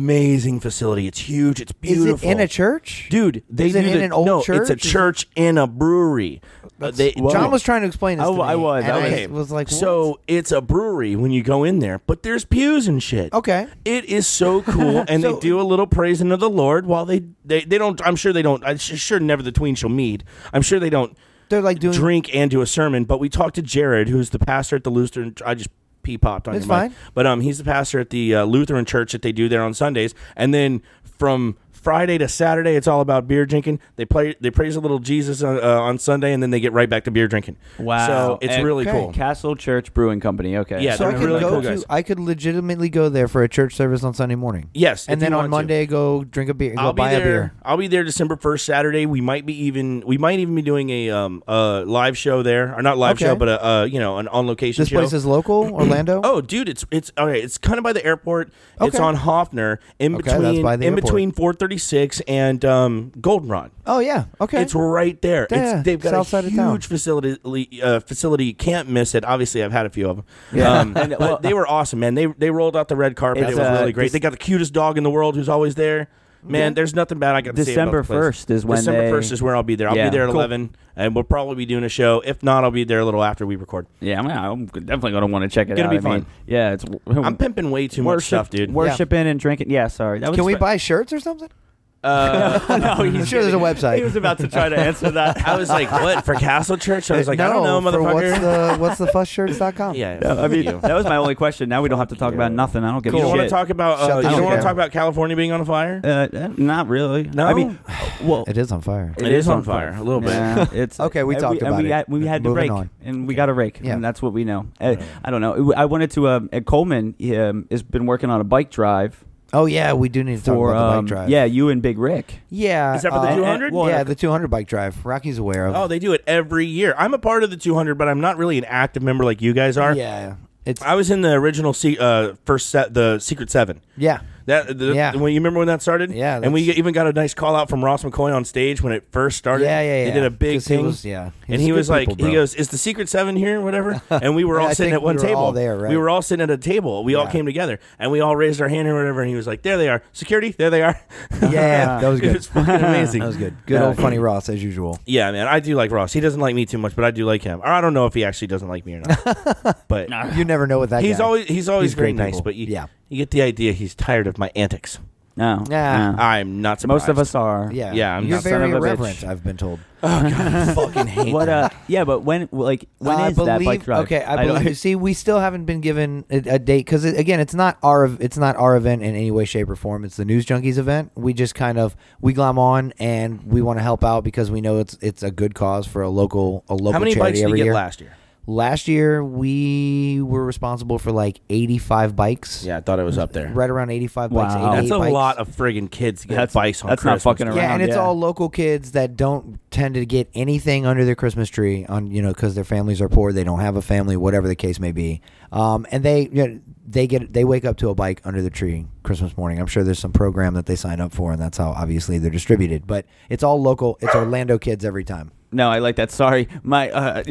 [SPEAKER 3] amazing facility. It's huge. It's beautiful.
[SPEAKER 4] Is it in a church?
[SPEAKER 3] Dude, they
[SPEAKER 4] Is it
[SPEAKER 3] do
[SPEAKER 4] in
[SPEAKER 3] the-
[SPEAKER 4] an old
[SPEAKER 3] no,
[SPEAKER 4] church?
[SPEAKER 3] It's a church in a brewery. Uh, they-
[SPEAKER 4] John was trying to explain this.
[SPEAKER 2] I
[SPEAKER 4] to
[SPEAKER 2] w- I
[SPEAKER 4] me,
[SPEAKER 2] was,
[SPEAKER 4] and
[SPEAKER 2] I
[SPEAKER 4] I was like, what?
[SPEAKER 3] so it's a brewery when you go in there, but there's pews and shit.
[SPEAKER 4] Okay.
[SPEAKER 3] it is so cool, and
[SPEAKER 4] So-
[SPEAKER 3] they do a little praising of the Lord while they they, they don't. I'm sure they don't. I'm su- sure never the tween shall meet. I'm sure they don't
[SPEAKER 4] they're like doing.
[SPEAKER 3] drink and do a sermon. But we talked to Jared, who's the pastor at the Lutheran. I just pee popped on
[SPEAKER 4] That's
[SPEAKER 3] your mic.
[SPEAKER 4] fine.
[SPEAKER 3] but um, he's the pastor at the uh, Lutheran church that they do there on Sundays, and then from. Friday to Saturday, it's all about beer drinking. They play, they praise a little Jesus on, uh, on Sunday, and then they get right back to beer drinking.
[SPEAKER 2] Wow.
[SPEAKER 3] so it's
[SPEAKER 2] And-
[SPEAKER 3] really
[SPEAKER 4] Okay.
[SPEAKER 3] cool.
[SPEAKER 2] Castle Church Brewing Company. Okay.
[SPEAKER 3] Yeah,
[SPEAKER 4] So I
[SPEAKER 3] they're
[SPEAKER 4] could
[SPEAKER 3] really
[SPEAKER 4] go
[SPEAKER 3] cool
[SPEAKER 4] to.
[SPEAKER 3] guys.
[SPEAKER 4] I could legitimately go there for a church service on Sunday morning.
[SPEAKER 3] Yes,
[SPEAKER 4] and
[SPEAKER 3] if you
[SPEAKER 4] then
[SPEAKER 3] want
[SPEAKER 4] on
[SPEAKER 3] to.
[SPEAKER 4] Monday go drink a beer. Go
[SPEAKER 3] I'll
[SPEAKER 4] buy
[SPEAKER 3] be there.
[SPEAKER 4] a beer.
[SPEAKER 3] I'll be there December first, Saturday. We might be even. We might even be doing a um a live show there, or not live
[SPEAKER 4] Okay.
[SPEAKER 3] show, but a uh, you know an on location.
[SPEAKER 4] This place is local, Orlando.
[SPEAKER 3] Oh, dude, it's it's all right. It's kind of by the airport. It's
[SPEAKER 4] Okay.
[SPEAKER 3] on Hoffner, in
[SPEAKER 4] Okay, that's
[SPEAKER 3] between
[SPEAKER 4] by the
[SPEAKER 3] in
[SPEAKER 4] airport.
[SPEAKER 3] between 436 and um, Goldenrod.
[SPEAKER 4] Oh yeah. Okay.
[SPEAKER 3] It's right there.
[SPEAKER 4] Yeah,
[SPEAKER 3] It's, they've got
[SPEAKER 4] south
[SPEAKER 3] a
[SPEAKER 4] side of
[SPEAKER 3] huge
[SPEAKER 4] town.
[SPEAKER 3] facility. Uh, facility you can't miss it. Obviously, I've had a few of them. Um,
[SPEAKER 2] And, well-
[SPEAKER 3] but they were awesome, man. They they rolled out the red carpet.
[SPEAKER 2] It's,
[SPEAKER 3] it was
[SPEAKER 2] uh,
[SPEAKER 3] really great.
[SPEAKER 2] this-
[SPEAKER 3] they got the cutest dog in the world, who's always there. Man, there's nothing bad I got to say about
[SPEAKER 2] December
[SPEAKER 3] the place.
[SPEAKER 2] 1st is when they-
[SPEAKER 3] December 1st is where I'll be there. I'll
[SPEAKER 2] Yeah.
[SPEAKER 3] be there at
[SPEAKER 2] Cool.
[SPEAKER 3] 11, and we'll probably be doing a show. If not, I'll be there a little after we record.
[SPEAKER 2] Yeah, I'm, I'm definitely gonna want to check it
[SPEAKER 3] Gonna
[SPEAKER 2] out.
[SPEAKER 3] be
[SPEAKER 2] I mean,
[SPEAKER 3] fun.
[SPEAKER 2] Yeah, it's.
[SPEAKER 3] I'm pimping way too much
[SPEAKER 2] worship,
[SPEAKER 3] stuff, dude.
[SPEAKER 2] Worshiping and drinking. Yeah, sorry. That was
[SPEAKER 4] Can we
[SPEAKER 2] fr-
[SPEAKER 4] buy shirts or something?
[SPEAKER 3] Uh,
[SPEAKER 2] no,
[SPEAKER 4] I'm
[SPEAKER 2] he's
[SPEAKER 4] sure there's a website.
[SPEAKER 2] He was about to try to answer that.
[SPEAKER 3] I was like, "What for Castle Church?" I was like, "I don't know,
[SPEAKER 4] Uh, No, for
[SPEAKER 3] motherfucker."
[SPEAKER 4] What's the what's the fussshirts.com?
[SPEAKER 3] yeah,
[SPEAKER 2] No, I
[SPEAKER 3] fuck
[SPEAKER 2] mean,
[SPEAKER 3] you.
[SPEAKER 2] that was my only question. Now we don't have to talk about nothing. I don't give
[SPEAKER 3] You
[SPEAKER 2] a
[SPEAKER 3] don't
[SPEAKER 2] shit.
[SPEAKER 3] want to talk about
[SPEAKER 4] Shut
[SPEAKER 3] uh,
[SPEAKER 4] the
[SPEAKER 3] you don't
[SPEAKER 4] fuck
[SPEAKER 3] want
[SPEAKER 4] up.
[SPEAKER 3] to talk about California being on fire.
[SPEAKER 2] uh, uh, not really.
[SPEAKER 3] No?
[SPEAKER 2] I mean, well,
[SPEAKER 4] It is on fire.
[SPEAKER 3] it is on fire, a little bit.
[SPEAKER 2] Yeah, it's
[SPEAKER 4] Okay, we
[SPEAKER 2] and
[SPEAKER 4] talked
[SPEAKER 2] and
[SPEAKER 4] about
[SPEAKER 2] we
[SPEAKER 4] it.
[SPEAKER 2] Had, we had to
[SPEAKER 4] Moving
[SPEAKER 2] rake,
[SPEAKER 4] on.
[SPEAKER 2] and we got a rake,
[SPEAKER 4] Yeah.
[SPEAKER 2] and that's what we know. Uh, I don't know. I wanted to. Um, uh, Coleman he, um, has been working on a bike drive
[SPEAKER 4] Oh yeah, we do need to talk
[SPEAKER 2] for
[SPEAKER 4] about the
[SPEAKER 2] um,
[SPEAKER 4] bike drive.
[SPEAKER 2] yeah, you and Big Rick.
[SPEAKER 4] yeah.
[SPEAKER 3] Is that for the
[SPEAKER 4] uh,
[SPEAKER 3] 200?
[SPEAKER 4] well, yeah,
[SPEAKER 3] Yeah.
[SPEAKER 4] the 200 bike drive. Rocky's aware of.
[SPEAKER 3] Oh, they do it every year. I'm a part of the 200, but I'm not really an active member like you guys are.
[SPEAKER 4] yeah, it's
[SPEAKER 3] I was in the original se- uh, first set, the Secret Seven.
[SPEAKER 4] yeah.
[SPEAKER 3] That the,
[SPEAKER 4] Yeah.
[SPEAKER 3] when you remember when that started?
[SPEAKER 4] Yeah,
[SPEAKER 3] and we
[SPEAKER 4] that's-
[SPEAKER 3] even got a nice call out from Ross McCoy on stage when it first started.
[SPEAKER 4] Yeah, yeah,
[SPEAKER 3] They
[SPEAKER 4] yeah.
[SPEAKER 3] did a big
[SPEAKER 4] 'Cause he
[SPEAKER 3] thing.
[SPEAKER 4] was- yeah. He's
[SPEAKER 3] and he
[SPEAKER 4] good
[SPEAKER 3] was like,
[SPEAKER 4] people,
[SPEAKER 3] he
[SPEAKER 4] bro.
[SPEAKER 3] goes, "Is the Secret Seven here, or whatever?" And we were
[SPEAKER 4] Yeah,
[SPEAKER 3] all
[SPEAKER 4] I
[SPEAKER 3] sitting
[SPEAKER 4] think
[SPEAKER 3] at one
[SPEAKER 4] we were
[SPEAKER 3] table.
[SPEAKER 4] all there, right?
[SPEAKER 3] We were all sitting at a table. We all
[SPEAKER 4] Yeah.
[SPEAKER 3] came together and we all raised our hand or whatever. And he was like, "There they are, security. There they are."
[SPEAKER 4] Yeah, that was
[SPEAKER 3] it
[SPEAKER 4] good.
[SPEAKER 3] was fucking amazing.
[SPEAKER 4] That was good. Good old funny Ross as usual.
[SPEAKER 3] Yeah, man, I do like Ross. He doesn't like me too much, but I do like him. Or I don't know if he actually doesn't like me or not. but
[SPEAKER 4] You never know what that.
[SPEAKER 3] he's
[SPEAKER 4] guy-
[SPEAKER 3] always he's always
[SPEAKER 4] He's
[SPEAKER 3] very
[SPEAKER 4] great
[SPEAKER 3] nice.
[SPEAKER 4] people.
[SPEAKER 3] But you,
[SPEAKER 4] Yeah.
[SPEAKER 3] you get the idea. He's tired of my antics.
[SPEAKER 2] No,
[SPEAKER 4] Yeah. Ah,
[SPEAKER 2] no.
[SPEAKER 3] I'm not surprised.
[SPEAKER 2] most of us are.
[SPEAKER 4] Yeah,
[SPEAKER 3] Yeah, I'm
[SPEAKER 4] You're
[SPEAKER 3] not-
[SPEAKER 2] son of
[SPEAKER 4] very
[SPEAKER 2] a bitch.
[SPEAKER 4] irreverent. I've been told.
[SPEAKER 3] Oh, fucking hate.
[SPEAKER 2] What? Uh, yeah, but when? Like, when is
[SPEAKER 4] I believe,
[SPEAKER 2] that bike drive?
[SPEAKER 4] Okay, I
[SPEAKER 2] don't-
[SPEAKER 4] believe. see, we still haven't been given a, a date because it, again, it's not our it's not our event in any way, shape, or form. It's the News Junkies event. We just kind of we glom on and we want to help out because we know it's it's a good cause for a local a local
[SPEAKER 3] How many
[SPEAKER 4] charity
[SPEAKER 3] bikes did you
[SPEAKER 4] every
[SPEAKER 3] get
[SPEAKER 4] year.
[SPEAKER 3] last year?
[SPEAKER 4] Last year, we were responsible for like eighty five bikes.
[SPEAKER 3] Yeah, I thought it was up there.
[SPEAKER 4] right around eighty five bikes.
[SPEAKER 2] Wow.
[SPEAKER 4] 88
[SPEAKER 3] That's a
[SPEAKER 4] bikes.
[SPEAKER 3] lot of friggin' kids get
[SPEAKER 2] That's-
[SPEAKER 3] bikes on
[SPEAKER 2] that's not
[SPEAKER 3] Christmas.
[SPEAKER 2] fucking around.
[SPEAKER 4] Yeah, and it's
[SPEAKER 2] yeah.
[SPEAKER 4] all local kids that don't tend to get anything under their Christmas tree on you know because their families are poor, they don't have a family, whatever the case may be. Um, and they you know, they get they wake up to a bike under the tree Christmas morning. I'm sure there's some program that they sign up for, and that's how obviously they're distributed. But it's all local. It's Orlando kids every time.
[SPEAKER 2] no, I like that. Sorry, my. Uh,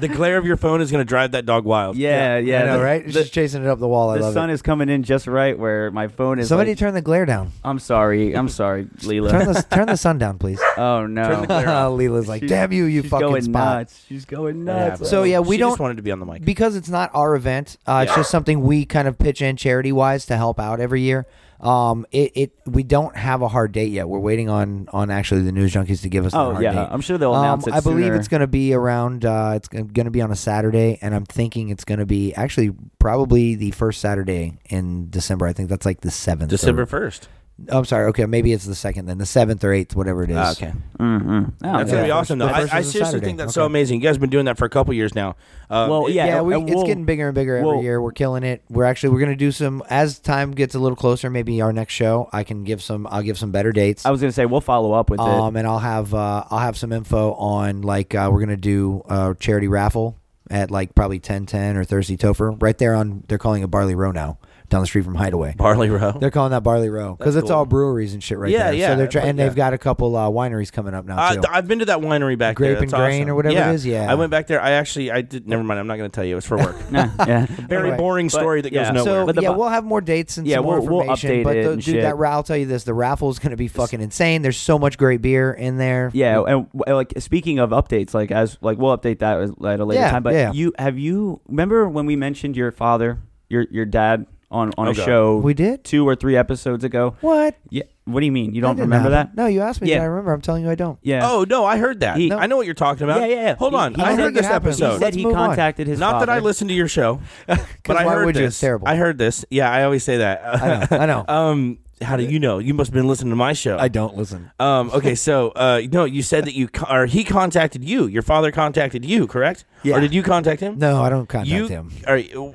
[SPEAKER 3] The glare of your phone is going to drive that dog wild.
[SPEAKER 2] yeah, yeah.
[SPEAKER 4] I know,
[SPEAKER 2] the-
[SPEAKER 4] right? It's
[SPEAKER 2] the-
[SPEAKER 4] just chasing it up the wall. I
[SPEAKER 2] the
[SPEAKER 4] love
[SPEAKER 2] sun
[SPEAKER 4] it.
[SPEAKER 2] is coming in just right where my phone is.
[SPEAKER 4] Somebody
[SPEAKER 2] like-
[SPEAKER 4] turn the glare down.
[SPEAKER 2] I'm sorry. I'm sorry,
[SPEAKER 4] Turn
[SPEAKER 2] Leela.
[SPEAKER 4] the turn the sun down, please.
[SPEAKER 2] oh no.
[SPEAKER 3] Turn the glare off.
[SPEAKER 4] Leela's like,
[SPEAKER 2] She's-
[SPEAKER 4] damn you, you
[SPEAKER 2] she's
[SPEAKER 4] fucking
[SPEAKER 2] going
[SPEAKER 4] spot.
[SPEAKER 2] nuts. She's going
[SPEAKER 3] Yeah,
[SPEAKER 2] nuts.
[SPEAKER 3] but-
[SPEAKER 4] So, yeah, we
[SPEAKER 3] she
[SPEAKER 4] don't-
[SPEAKER 3] just wanted to be on the mic.
[SPEAKER 4] because it's not our event. Uh, It's
[SPEAKER 3] Yeah.
[SPEAKER 4] just something we kind of pitch in charity wise to help out every year. Um, it, it we don't have a hard date yet. We're waiting on on actually the news junkies to give us.
[SPEAKER 2] Oh,
[SPEAKER 4] the hard
[SPEAKER 2] yeah.
[SPEAKER 4] date.
[SPEAKER 2] I'm sure they'll
[SPEAKER 4] Um,
[SPEAKER 2] announce it
[SPEAKER 4] I believe
[SPEAKER 2] sooner.
[SPEAKER 4] it's going to be around. Uh, it's going to be on a Saturday, and I'm thinking it's going to be actually probably the first Saturday in December. I think that's like the seventh.
[SPEAKER 3] December
[SPEAKER 4] Or,
[SPEAKER 3] first.
[SPEAKER 4] oh, I'm sorry. Okay, maybe it's the second then, the seventh or eighth, whatever it is.
[SPEAKER 2] Ah,
[SPEAKER 3] okay,
[SPEAKER 2] Mm-mm. Oh,
[SPEAKER 3] that's
[SPEAKER 2] yeah.
[SPEAKER 3] gonna be awesome though.
[SPEAKER 4] The
[SPEAKER 3] I,
[SPEAKER 4] first
[SPEAKER 3] I
[SPEAKER 4] is a
[SPEAKER 3] seriously
[SPEAKER 4] Saturday.
[SPEAKER 3] think that's
[SPEAKER 4] Okay.
[SPEAKER 3] so amazing. You guys have been doing that for a couple years now. Uh,
[SPEAKER 2] Well,
[SPEAKER 3] it-
[SPEAKER 2] yeah,
[SPEAKER 4] yeah, we,
[SPEAKER 2] uh,
[SPEAKER 4] it's
[SPEAKER 2] we'll-
[SPEAKER 4] getting bigger and bigger every
[SPEAKER 2] we'll-
[SPEAKER 4] year. We're killing it. We're actually we're gonna do some as time gets a little closer. Maybe our next show, I can give some. I'll give some better dates.
[SPEAKER 2] I was gonna say we'll follow up with
[SPEAKER 4] um,
[SPEAKER 2] it.
[SPEAKER 4] and I'll have uh, I'll have some info on like uh, we're gonna do a charity raffle at like probably ten ten or Thirsty Topher right there on. They're calling it Barley Row now. down the street from Hideaway.
[SPEAKER 3] Barley Row.
[SPEAKER 4] They're calling that Barley Row because
[SPEAKER 3] That's
[SPEAKER 4] it's
[SPEAKER 3] cool.
[SPEAKER 4] all breweries and shit right
[SPEAKER 3] Yeah,
[SPEAKER 4] there.
[SPEAKER 3] yeah,
[SPEAKER 4] So they're try-
[SPEAKER 3] I like
[SPEAKER 4] and they've
[SPEAKER 3] that.
[SPEAKER 4] got a couple uh, wineries coming up now
[SPEAKER 3] Uh,
[SPEAKER 4] too.
[SPEAKER 3] th- I've been to that winery back
[SPEAKER 4] Grape
[SPEAKER 3] there.
[SPEAKER 4] and
[SPEAKER 3] That's awesome.
[SPEAKER 4] Grain or whatever it
[SPEAKER 3] yeah.
[SPEAKER 4] is? Yeah.
[SPEAKER 3] I went back there. I actually, I did. Never mind. I'm not going to tell you. It was for work.
[SPEAKER 2] yeah.
[SPEAKER 3] Very
[SPEAKER 4] Anyway.
[SPEAKER 3] boring
[SPEAKER 2] But-
[SPEAKER 3] story that
[SPEAKER 2] yeah.
[SPEAKER 3] goes nowhere.
[SPEAKER 4] so
[SPEAKER 2] But the
[SPEAKER 4] yeah,
[SPEAKER 2] bu-
[SPEAKER 4] we'll have more dates and
[SPEAKER 2] Yeah,
[SPEAKER 4] some more
[SPEAKER 2] we'll- we'll
[SPEAKER 4] information.
[SPEAKER 2] update
[SPEAKER 4] but
[SPEAKER 2] it
[SPEAKER 4] the,
[SPEAKER 2] and
[SPEAKER 4] dude,
[SPEAKER 2] shit.
[SPEAKER 4] that ra- I'll tell you this: the raffle is going to be fucking insane. There's so much great beer in there.
[SPEAKER 2] Yeah, and w- like speaking of updates, like as like we'll update that at a later
[SPEAKER 4] Yeah,
[SPEAKER 2] time. But
[SPEAKER 4] yeah.
[SPEAKER 2] you have you remember when we mentioned your father, your your dad on on
[SPEAKER 3] Oh,
[SPEAKER 2] a
[SPEAKER 3] God.
[SPEAKER 2] show
[SPEAKER 4] We did?
[SPEAKER 2] two or three episodes ago.
[SPEAKER 4] What?
[SPEAKER 2] Yeah, what do you mean you
[SPEAKER 4] That
[SPEAKER 2] don't
[SPEAKER 4] didn't
[SPEAKER 2] remember
[SPEAKER 4] happen.
[SPEAKER 2] that?
[SPEAKER 4] No, you asked me. Yeah.
[SPEAKER 2] Yeah.
[SPEAKER 4] I remember? I'm telling you, I don't.
[SPEAKER 2] Yeah.
[SPEAKER 3] oh no, I heard that.
[SPEAKER 2] He-
[SPEAKER 3] I know what you're talking about.
[SPEAKER 2] Yeah, yeah, yeah.
[SPEAKER 3] Hold
[SPEAKER 2] He-
[SPEAKER 3] on.
[SPEAKER 2] he
[SPEAKER 3] I
[SPEAKER 2] said
[SPEAKER 3] heard
[SPEAKER 2] it
[SPEAKER 3] this
[SPEAKER 4] happened.
[SPEAKER 2] he
[SPEAKER 3] episode.
[SPEAKER 2] said
[SPEAKER 4] Let's
[SPEAKER 2] he
[SPEAKER 4] move on.
[SPEAKER 2] contacted his
[SPEAKER 3] Not that I
[SPEAKER 2] father.
[SPEAKER 3] listened to your show, but I
[SPEAKER 4] why
[SPEAKER 3] heard
[SPEAKER 4] would you?
[SPEAKER 3] this.
[SPEAKER 4] It's terrible.
[SPEAKER 3] I heard this. Yeah, I always say that.
[SPEAKER 4] I know. I know.
[SPEAKER 3] um, how do you know? You must have been listening to my show.
[SPEAKER 4] don't listen.
[SPEAKER 3] Um, okay, so uh, no, you said that you co- or he contacted you. Your father contacted you, correct?
[SPEAKER 4] Yeah.
[SPEAKER 3] Or did you contact him?
[SPEAKER 4] No, I don't contact
[SPEAKER 3] you,
[SPEAKER 4] him.
[SPEAKER 3] All right. w-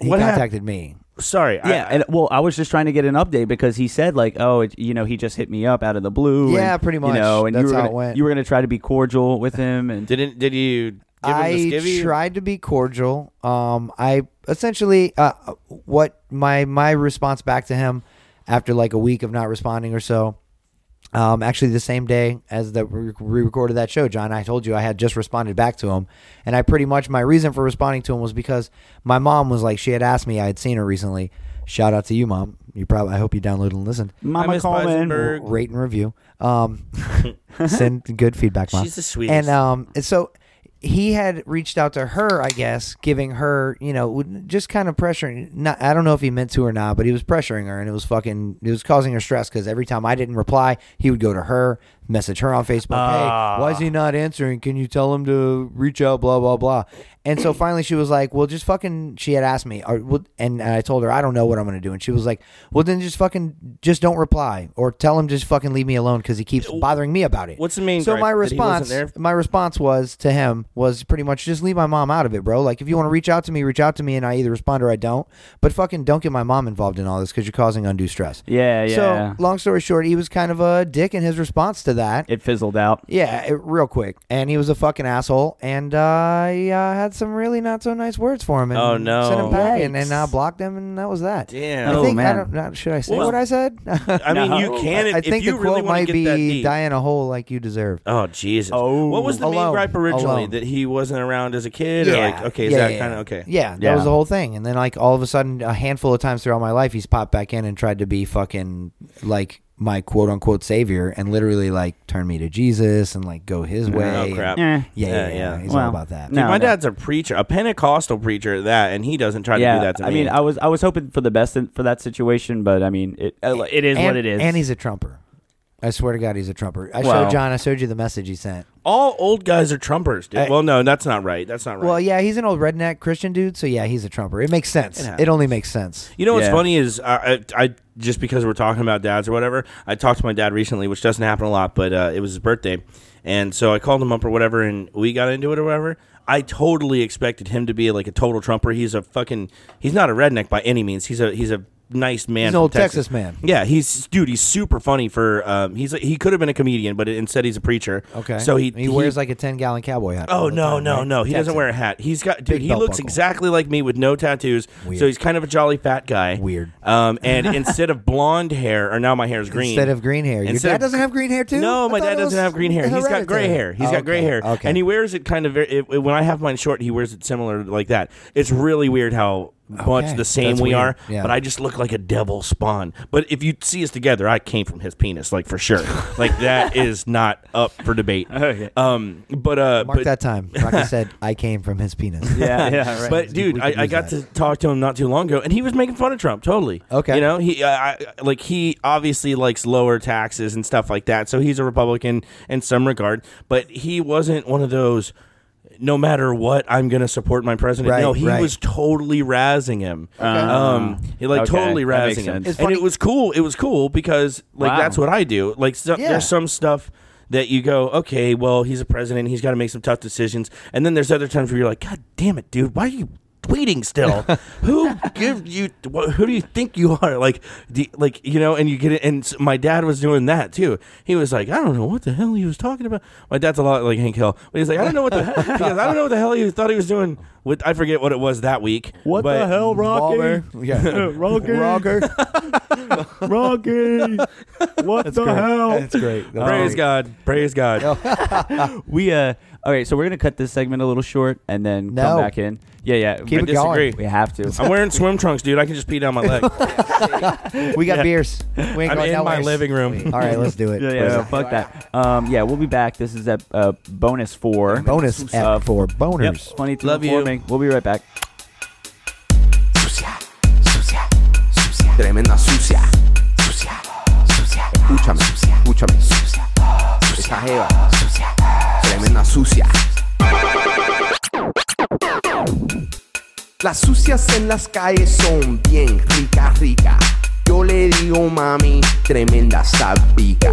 [SPEAKER 4] He
[SPEAKER 3] what happened?
[SPEAKER 4] contacted me.
[SPEAKER 3] Sorry. I-
[SPEAKER 2] Yeah, and uh, well, I was just trying to get an update because he said like, oh, it, you know, he just hit me up out of the blue.
[SPEAKER 4] Yeah,
[SPEAKER 2] and,
[SPEAKER 4] pretty
[SPEAKER 2] You
[SPEAKER 4] much.
[SPEAKER 2] know, and you
[SPEAKER 4] That's
[SPEAKER 2] were
[SPEAKER 4] how
[SPEAKER 2] gonna,
[SPEAKER 4] it went.
[SPEAKER 2] You were gonna try to be cordial with him, and
[SPEAKER 3] Didn't did you give him the
[SPEAKER 4] I
[SPEAKER 3] skivvy?
[SPEAKER 4] tried to be cordial. Um, I essentially uh, what my my response back to him after like a week of not responding or so. Um, actually, the same day as the we recorded that show, John, I told you I had just responded back to him, and I pretty much my reason for responding to him was because my mom was like she had asked me I had seen her recently. Shout out to you, mom. You probably I hope you downloaded and listened.
[SPEAKER 3] I
[SPEAKER 2] Mama
[SPEAKER 3] miss
[SPEAKER 2] Coleman.
[SPEAKER 3] Beisenberg.
[SPEAKER 4] Rate and review. Um, send good feedback, mom.
[SPEAKER 3] She's the sweetest.
[SPEAKER 4] And um, and so he had reached out to her, I guess, giving her, you know, would- just kind of pressuring. Not, I don't know if he meant to or not, but he was pressuring her, and it was fucking, it was causing her stress because every time I didn't reply, he would go to her, message her on Facebook, hey, why is he not answering? Can you tell him to reach out? Blah blah blah. And so finally, she was like, well, just fucking. She had asked me, "Are- well," and I told her I don't know what I'm gonna do, and she was like, well, then just fucking, just don't reply, or tell him just fucking leave me alone because he keeps bothering me about it.
[SPEAKER 3] What's the main
[SPEAKER 4] So
[SPEAKER 3] gripe?
[SPEAKER 4] my
[SPEAKER 3] That he wasn't
[SPEAKER 4] response,
[SPEAKER 3] there?
[SPEAKER 4] my response was to him was pretty much just leave my mom out of it, bro. Like if you want to reach out to me, reach out to me, and I either respond or I don't. But fucking don't get my mom involved in all this because you're causing undue stress.
[SPEAKER 2] Yeah, yeah.
[SPEAKER 4] So long story short, he was kind of a dick in his response to that.
[SPEAKER 2] it fizzled out.
[SPEAKER 4] yeah, it, real quick, and he was a fucking asshole, and I uh, had some really not so nice words for him. And
[SPEAKER 3] Oh, no.
[SPEAKER 4] sent him back, and then I
[SPEAKER 2] Yikes.
[SPEAKER 4] blocked him, and that was that.
[SPEAKER 3] Damn.
[SPEAKER 4] I
[SPEAKER 2] Oh,
[SPEAKER 4] think
[SPEAKER 2] man.
[SPEAKER 4] I don't, not, should I say
[SPEAKER 3] Well,
[SPEAKER 4] what I said?
[SPEAKER 3] I mean,
[SPEAKER 2] No.
[SPEAKER 3] you can. If,
[SPEAKER 4] I think
[SPEAKER 3] if you
[SPEAKER 4] the
[SPEAKER 3] really
[SPEAKER 4] quote
[SPEAKER 3] wanna
[SPEAKER 4] might
[SPEAKER 3] get
[SPEAKER 4] be
[SPEAKER 3] that deep.
[SPEAKER 4] die in a hole like you deserve.
[SPEAKER 3] Oh Jesus!
[SPEAKER 2] Oh.
[SPEAKER 3] what was the main
[SPEAKER 4] Alone.
[SPEAKER 3] gripe originally
[SPEAKER 4] Alone.
[SPEAKER 3] that he wasn't around as a kid? Or like, okay, is
[SPEAKER 4] Yeah,
[SPEAKER 3] that
[SPEAKER 4] yeah,
[SPEAKER 3] kind of
[SPEAKER 4] yeah.
[SPEAKER 3] okay?
[SPEAKER 4] Yeah, that
[SPEAKER 2] Yeah.
[SPEAKER 4] was the whole thing. And then like all of a sudden, a handful of times throughout my life, he's popped back in and tried to be fucking like my quote unquote savior, and literally like turn me to Jesus and like go his way. and-
[SPEAKER 3] Oh, crap.
[SPEAKER 2] Eh.
[SPEAKER 4] Yeah, yeah,
[SPEAKER 3] Yeah,
[SPEAKER 4] yeah,
[SPEAKER 3] yeah.
[SPEAKER 4] He's
[SPEAKER 2] Well,
[SPEAKER 4] all about that.
[SPEAKER 2] no.
[SPEAKER 3] My dad's a preacher, a Pentecostal preacher at that, and he doesn't try to do that to
[SPEAKER 2] I
[SPEAKER 3] me.
[SPEAKER 2] mean, I was I was hoping for the best in, for that situation, but I mean, it it is
[SPEAKER 4] and,
[SPEAKER 2] what it is.
[SPEAKER 4] And he's a trumper. I swear to God, he's a trumper. I
[SPEAKER 2] Wow.
[SPEAKER 4] showed John. I showed you the message he sent.
[SPEAKER 3] All old guys are trumpers, dude.
[SPEAKER 4] I-
[SPEAKER 3] well, no, that's not right. That's not right.
[SPEAKER 4] Well, yeah, he's an old redneck Christian dude, so yeah, he's a trumper. It makes sense.
[SPEAKER 3] It
[SPEAKER 4] It,
[SPEAKER 3] happens.
[SPEAKER 4] only makes sense.
[SPEAKER 3] You know what's
[SPEAKER 2] Yeah.
[SPEAKER 3] funny is I, I, I just because we're talking about dads or whatever, I talked to my dad recently, which doesn't happen a lot, but uh, it was his birthday, and so I called him up or whatever, and we got into it or whatever. I totally expected him to be like a total trumper. He's a fucking he's not a redneck by any means. He's a he's a nice man.
[SPEAKER 4] He's an
[SPEAKER 3] from
[SPEAKER 4] old Texas man.
[SPEAKER 3] Yeah, he's dude. He's super funny for um. He's he could have been a comedian, but instead he's a preacher.
[SPEAKER 4] Okay.
[SPEAKER 3] So he
[SPEAKER 4] he, wears like a ten gallon cowboy hat. all
[SPEAKER 3] Oh
[SPEAKER 4] the
[SPEAKER 3] no,
[SPEAKER 4] time,
[SPEAKER 3] no,
[SPEAKER 4] right?
[SPEAKER 3] no! He doesn't
[SPEAKER 4] Texan.
[SPEAKER 3] wear a hat. He's got dude.
[SPEAKER 4] Big
[SPEAKER 3] He
[SPEAKER 4] belt
[SPEAKER 3] looks
[SPEAKER 4] buckle.
[SPEAKER 3] exactly like me with no tattoos.
[SPEAKER 4] Weird.
[SPEAKER 3] So he's kind of a jolly fat guy.
[SPEAKER 4] Weird.
[SPEAKER 3] Um, and instead of blonde hair, or now my hair's green.
[SPEAKER 4] Instead of green hair. Your
[SPEAKER 3] Instead
[SPEAKER 4] dad
[SPEAKER 3] of-
[SPEAKER 4] doesn't have green hair too?
[SPEAKER 3] No,
[SPEAKER 4] I
[SPEAKER 3] my
[SPEAKER 4] thought
[SPEAKER 3] dad
[SPEAKER 4] it
[SPEAKER 3] doesn't
[SPEAKER 4] was
[SPEAKER 3] have green hair. He's got gray
[SPEAKER 4] hereditary.
[SPEAKER 3] hair. He's
[SPEAKER 4] Oh,
[SPEAKER 3] got gray
[SPEAKER 4] okay,
[SPEAKER 3] hair.
[SPEAKER 4] Okay.
[SPEAKER 3] And he wears it kind of very, it, it- when I have mine short, he wears it similar like that. It's really weird how much
[SPEAKER 4] Okay.
[SPEAKER 3] the same
[SPEAKER 4] That's
[SPEAKER 3] we
[SPEAKER 4] weird.
[SPEAKER 3] are.
[SPEAKER 4] Yeah.
[SPEAKER 3] But I just look like a devil spawn. But if you see us together, I came from his penis, like for sure. like that is not up for debate.
[SPEAKER 2] Okay.
[SPEAKER 3] Um, but uh,
[SPEAKER 4] Mark
[SPEAKER 3] but,
[SPEAKER 4] that time. Rocky said, "I came from his penis."
[SPEAKER 2] yeah, yeah, right.
[SPEAKER 3] But dude,
[SPEAKER 4] we
[SPEAKER 3] I,
[SPEAKER 4] could
[SPEAKER 3] I
[SPEAKER 4] use
[SPEAKER 3] got
[SPEAKER 4] that.
[SPEAKER 3] to talk to him not too long ago, and he was making fun of Trump totally.
[SPEAKER 4] Okay.
[SPEAKER 3] you know he, I, I, like he obviously likes lower taxes and stuff like that, so he's a Republican in some regard. But he wasn't one of those. No matter what, I'm gonna support my president.
[SPEAKER 4] Right,
[SPEAKER 3] no, he
[SPEAKER 4] right.
[SPEAKER 3] was totally razzing him. Um, he like
[SPEAKER 2] Ah, okay,
[SPEAKER 3] totally
[SPEAKER 2] that makes
[SPEAKER 3] razzing him,
[SPEAKER 2] sense. It's
[SPEAKER 3] and
[SPEAKER 4] funny-
[SPEAKER 3] it was cool. It was cool because like
[SPEAKER 2] Wow.
[SPEAKER 3] that's what I do. Like so,
[SPEAKER 4] Yeah.
[SPEAKER 3] there's some stuff. That you go, okay, well, he's a president. He's got to make some tough decisions. And then there's other times where you're like, God damn it, dude. Why are you tweeting still? who give you? wh- Who do you think you are? Like, the, like you know? And you get it. And s- my dad was doing that too. He was like, I don't know what the hell he was talking about. My dad's a lot like Hank Hill, but he's like, I don't know what the hell. He goes, I don't know what the hell he thought he was doing with. I forget what it was that week.
[SPEAKER 6] What the
[SPEAKER 3] but-
[SPEAKER 6] hell, Rocky?
[SPEAKER 4] Baller. Yeah.
[SPEAKER 6] Rocky,
[SPEAKER 4] Rocker.
[SPEAKER 6] Rocky. What the
[SPEAKER 4] great.
[SPEAKER 6] hell?
[SPEAKER 4] That's great. That's
[SPEAKER 3] Praise
[SPEAKER 4] great.
[SPEAKER 3] God! Praise God!
[SPEAKER 2] We uh all right, so we're gonna cut this segment a little short and then
[SPEAKER 4] No.
[SPEAKER 2] come back in. Yeah, yeah.
[SPEAKER 4] Keep
[SPEAKER 2] we
[SPEAKER 4] it going.
[SPEAKER 2] We have to.
[SPEAKER 3] I'm wearing swim trunks, dude. I can just pee down my leg.
[SPEAKER 4] We got beers. We ain't
[SPEAKER 3] I'm
[SPEAKER 4] going
[SPEAKER 3] in my
[SPEAKER 4] nowhere.
[SPEAKER 3] living room.
[SPEAKER 4] All right, let's do it.
[SPEAKER 2] Yeah, yeah, no, fuck that. Um, yeah, we'll be back. This is at uh, bonus four.
[SPEAKER 4] Bonus
[SPEAKER 2] Uh,
[SPEAKER 4] F for
[SPEAKER 2] Yep,
[SPEAKER 4] boners.
[SPEAKER 2] funny to
[SPEAKER 3] Love you.
[SPEAKER 2] informing. We'll be right back.
[SPEAKER 7] sucia, sucia, sucia, tremenda sucia, sucia, sucia, escúchame, escúchame, sucia, esa jeva, sucia, tremenda sucia. Las sucias en las calles son bien rica, rica. Yo le digo mami, tremenda salpica.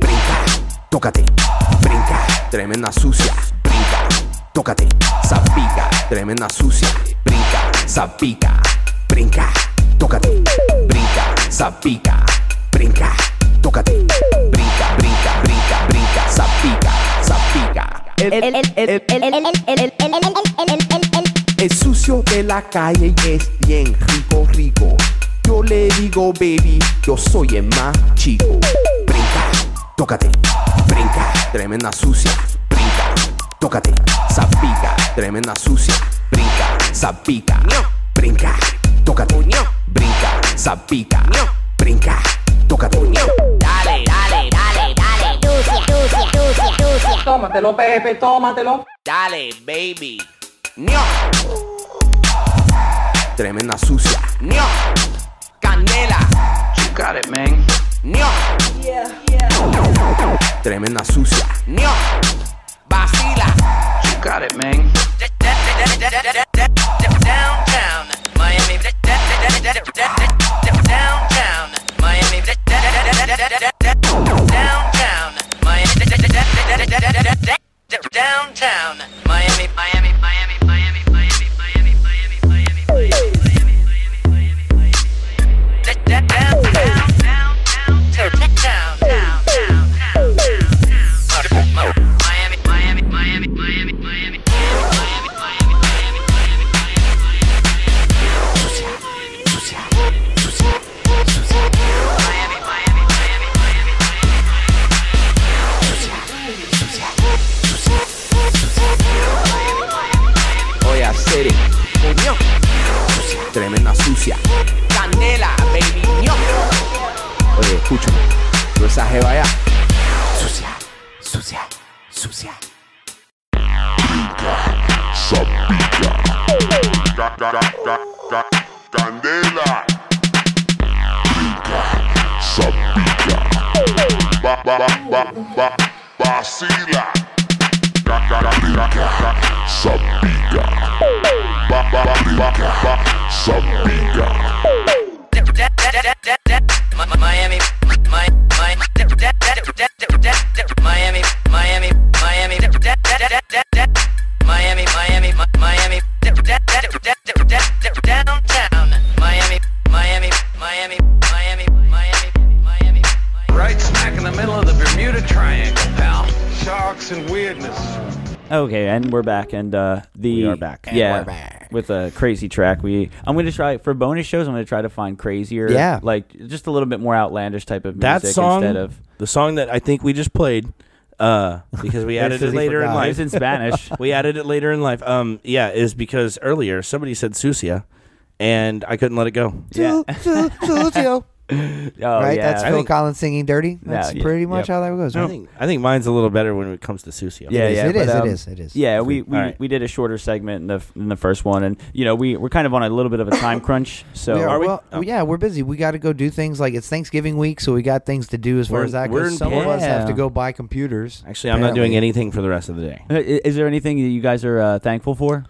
[SPEAKER 7] Brinca, tócate, brinca, tremenda sucia. Brinca, tócate, salpica, tremenda sucia. Brinca, salpica, brinca, tócate, brinca, salpica, brinca, tócate, brinca, brinca, brinca, brinca, salpica, salpica. Es sucio de la calle y es bien rico, rico. Yo le digo, baby, yo soy el más chico. Brinca, tócate, brinca, tremenda sucia. Brinca, tócate, zapica, tremenda sucia. Brinca, zapica, brinca, tócate, brinca, zapica, brinca, tócate.
[SPEAKER 8] Dale, dale, dale, dale. Sucia, sucia, sucia, sucia.
[SPEAKER 7] Tómatelo, Pepe, tómatelo. Dale, baby. Ño. Tremenda sucia. Ño. Canela. You got it, man. Ño. Tremenda sucia. Ño. Vacila. You got it, man.
[SPEAKER 9] Downtown Miami. Downtown Miami. Downtown Miami. Downtown Miami. Miami. Miami. Miami. Miami. Miami. Miami. Miami. Miami. Miami, Miami, Miami, Miami, Miami, Miami, Miami, Miami, Miami.
[SPEAKER 7] Sucia. Sucia. Sucia. Sucia. Sucia. Sucia. Sucia. Oye, Siri. Ño. Sucia. Tremenda sucia. Canela, baby. Ño. Oye, escúchame. Tú esa jeva ya. Sucia. Sucia. Sucia.
[SPEAKER 10] Candela. Sapica. Ba ba ba ba ba vacila. Sapica. Ba ba ba ba ba sapica.
[SPEAKER 9] Miami, Miami, Miami, Miami, Miami, Miami, Miami, Miami, downtown, Miami, Miami, Miami, Miami, Miami, Miami,
[SPEAKER 11] Right smack in the middle of the Bermuda Triangle, pal. Sharks and weirdness.
[SPEAKER 2] Okay, and we're back, and uh, the we
[SPEAKER 3] are back. And
[SPEAKER 2] yeah,
[SPEAKER 4] we're back.
[SPEAKER 2] with a crazy track. We I'm going to try for bonus shows. I'm going to try to find crazier,
[SPEAKER 4] Yeah.
[SPEAKER 2] like just a little bit more outlandish type of music
[SPEAKER 3] that song,
[SPEAKER 2] instead of
[SPEAKER 3] the song that I think we just played, uh, because we added
[SPEAKER 4] is-
[SPEAKER 3] it
[SPEAKER 4] he
[SPEAKER 3] later in
[SPEAKER 4] forgot.
[SPEAKER 2] it's
[SPEAKER 3] life.
[SPEAKER 2] in Spanish. Oh,
[SPEAKER 3] we added it later in life. Um, yeah, is because earlier somebody said Sucia, and I couldn't let it go.
[SPEAKER 2] yeah,
[SPEAKER 4] Su- su- sucio.
[SPEAKER 2] oh,
[SPEAKER 4] right?
[SPEAKER 2] yeah.
[SPEAKER 4] That's
[SPEAKER 2] I
[SPEAKER 4] Phil
[SPEAKER 2] think-
[SPEAKER 4] Collins singing "Dirty."
[SPEAKER 2] Yeah,
[SPEAKER 4] That's
[SPEAKER 2] yeah,
[SPEAKER 4] pretty much
[SPEAKER 2] yep.
[SPEAKER 4] how that goes.
[SPEAKER 3] I
[SPEAKER 4] right?
[SPEAKER 3] think I think mine's a little better when it comes to Sucia.
[SPEAKER 2] Yeah,
[SPEAKER 4] is,
[SPEAKER 2] yeah,
[SPEAKER 4] it
[SPEAKER 2] but,
[SPEAKER 4] is, it
[SPEAKER 2] um,
[SPEAKER 4] is, it is.
[SPEAKER 2] Yeah, we we,
[SPEAKER 3] All right.
[SPEAKER 2] we did a shorter segment in the f- in the first one, and you know we we're kind of on a little bit of a time crunch. So
[SPEAKER 4] we are,
[SPEAKER 3] we?
[SPEAKER 4] Well,
[SPEAKER 3] Oh.
[SPEAKER 4] yeah, we're busy. We got to go do things. Like it's Thanksgiving week, so we got things to do as far
[SPEAKER 3] We're-
[SPEAKER 4] as that
[SPEAKER 3] we're in-
[SPEAKER 4] goes. Some of us
[SPEAKER 2] Yeah.
[SPEAKER 4] have to go buy computers.
[SPEAKER 3] Actually, I'm not
[SPEAKER 4] Apparently.
[SPEAKER 3] doing anything for the rest of the day.
[SPEAKER 2] I- Is there anything that you guys are uh, thankful for?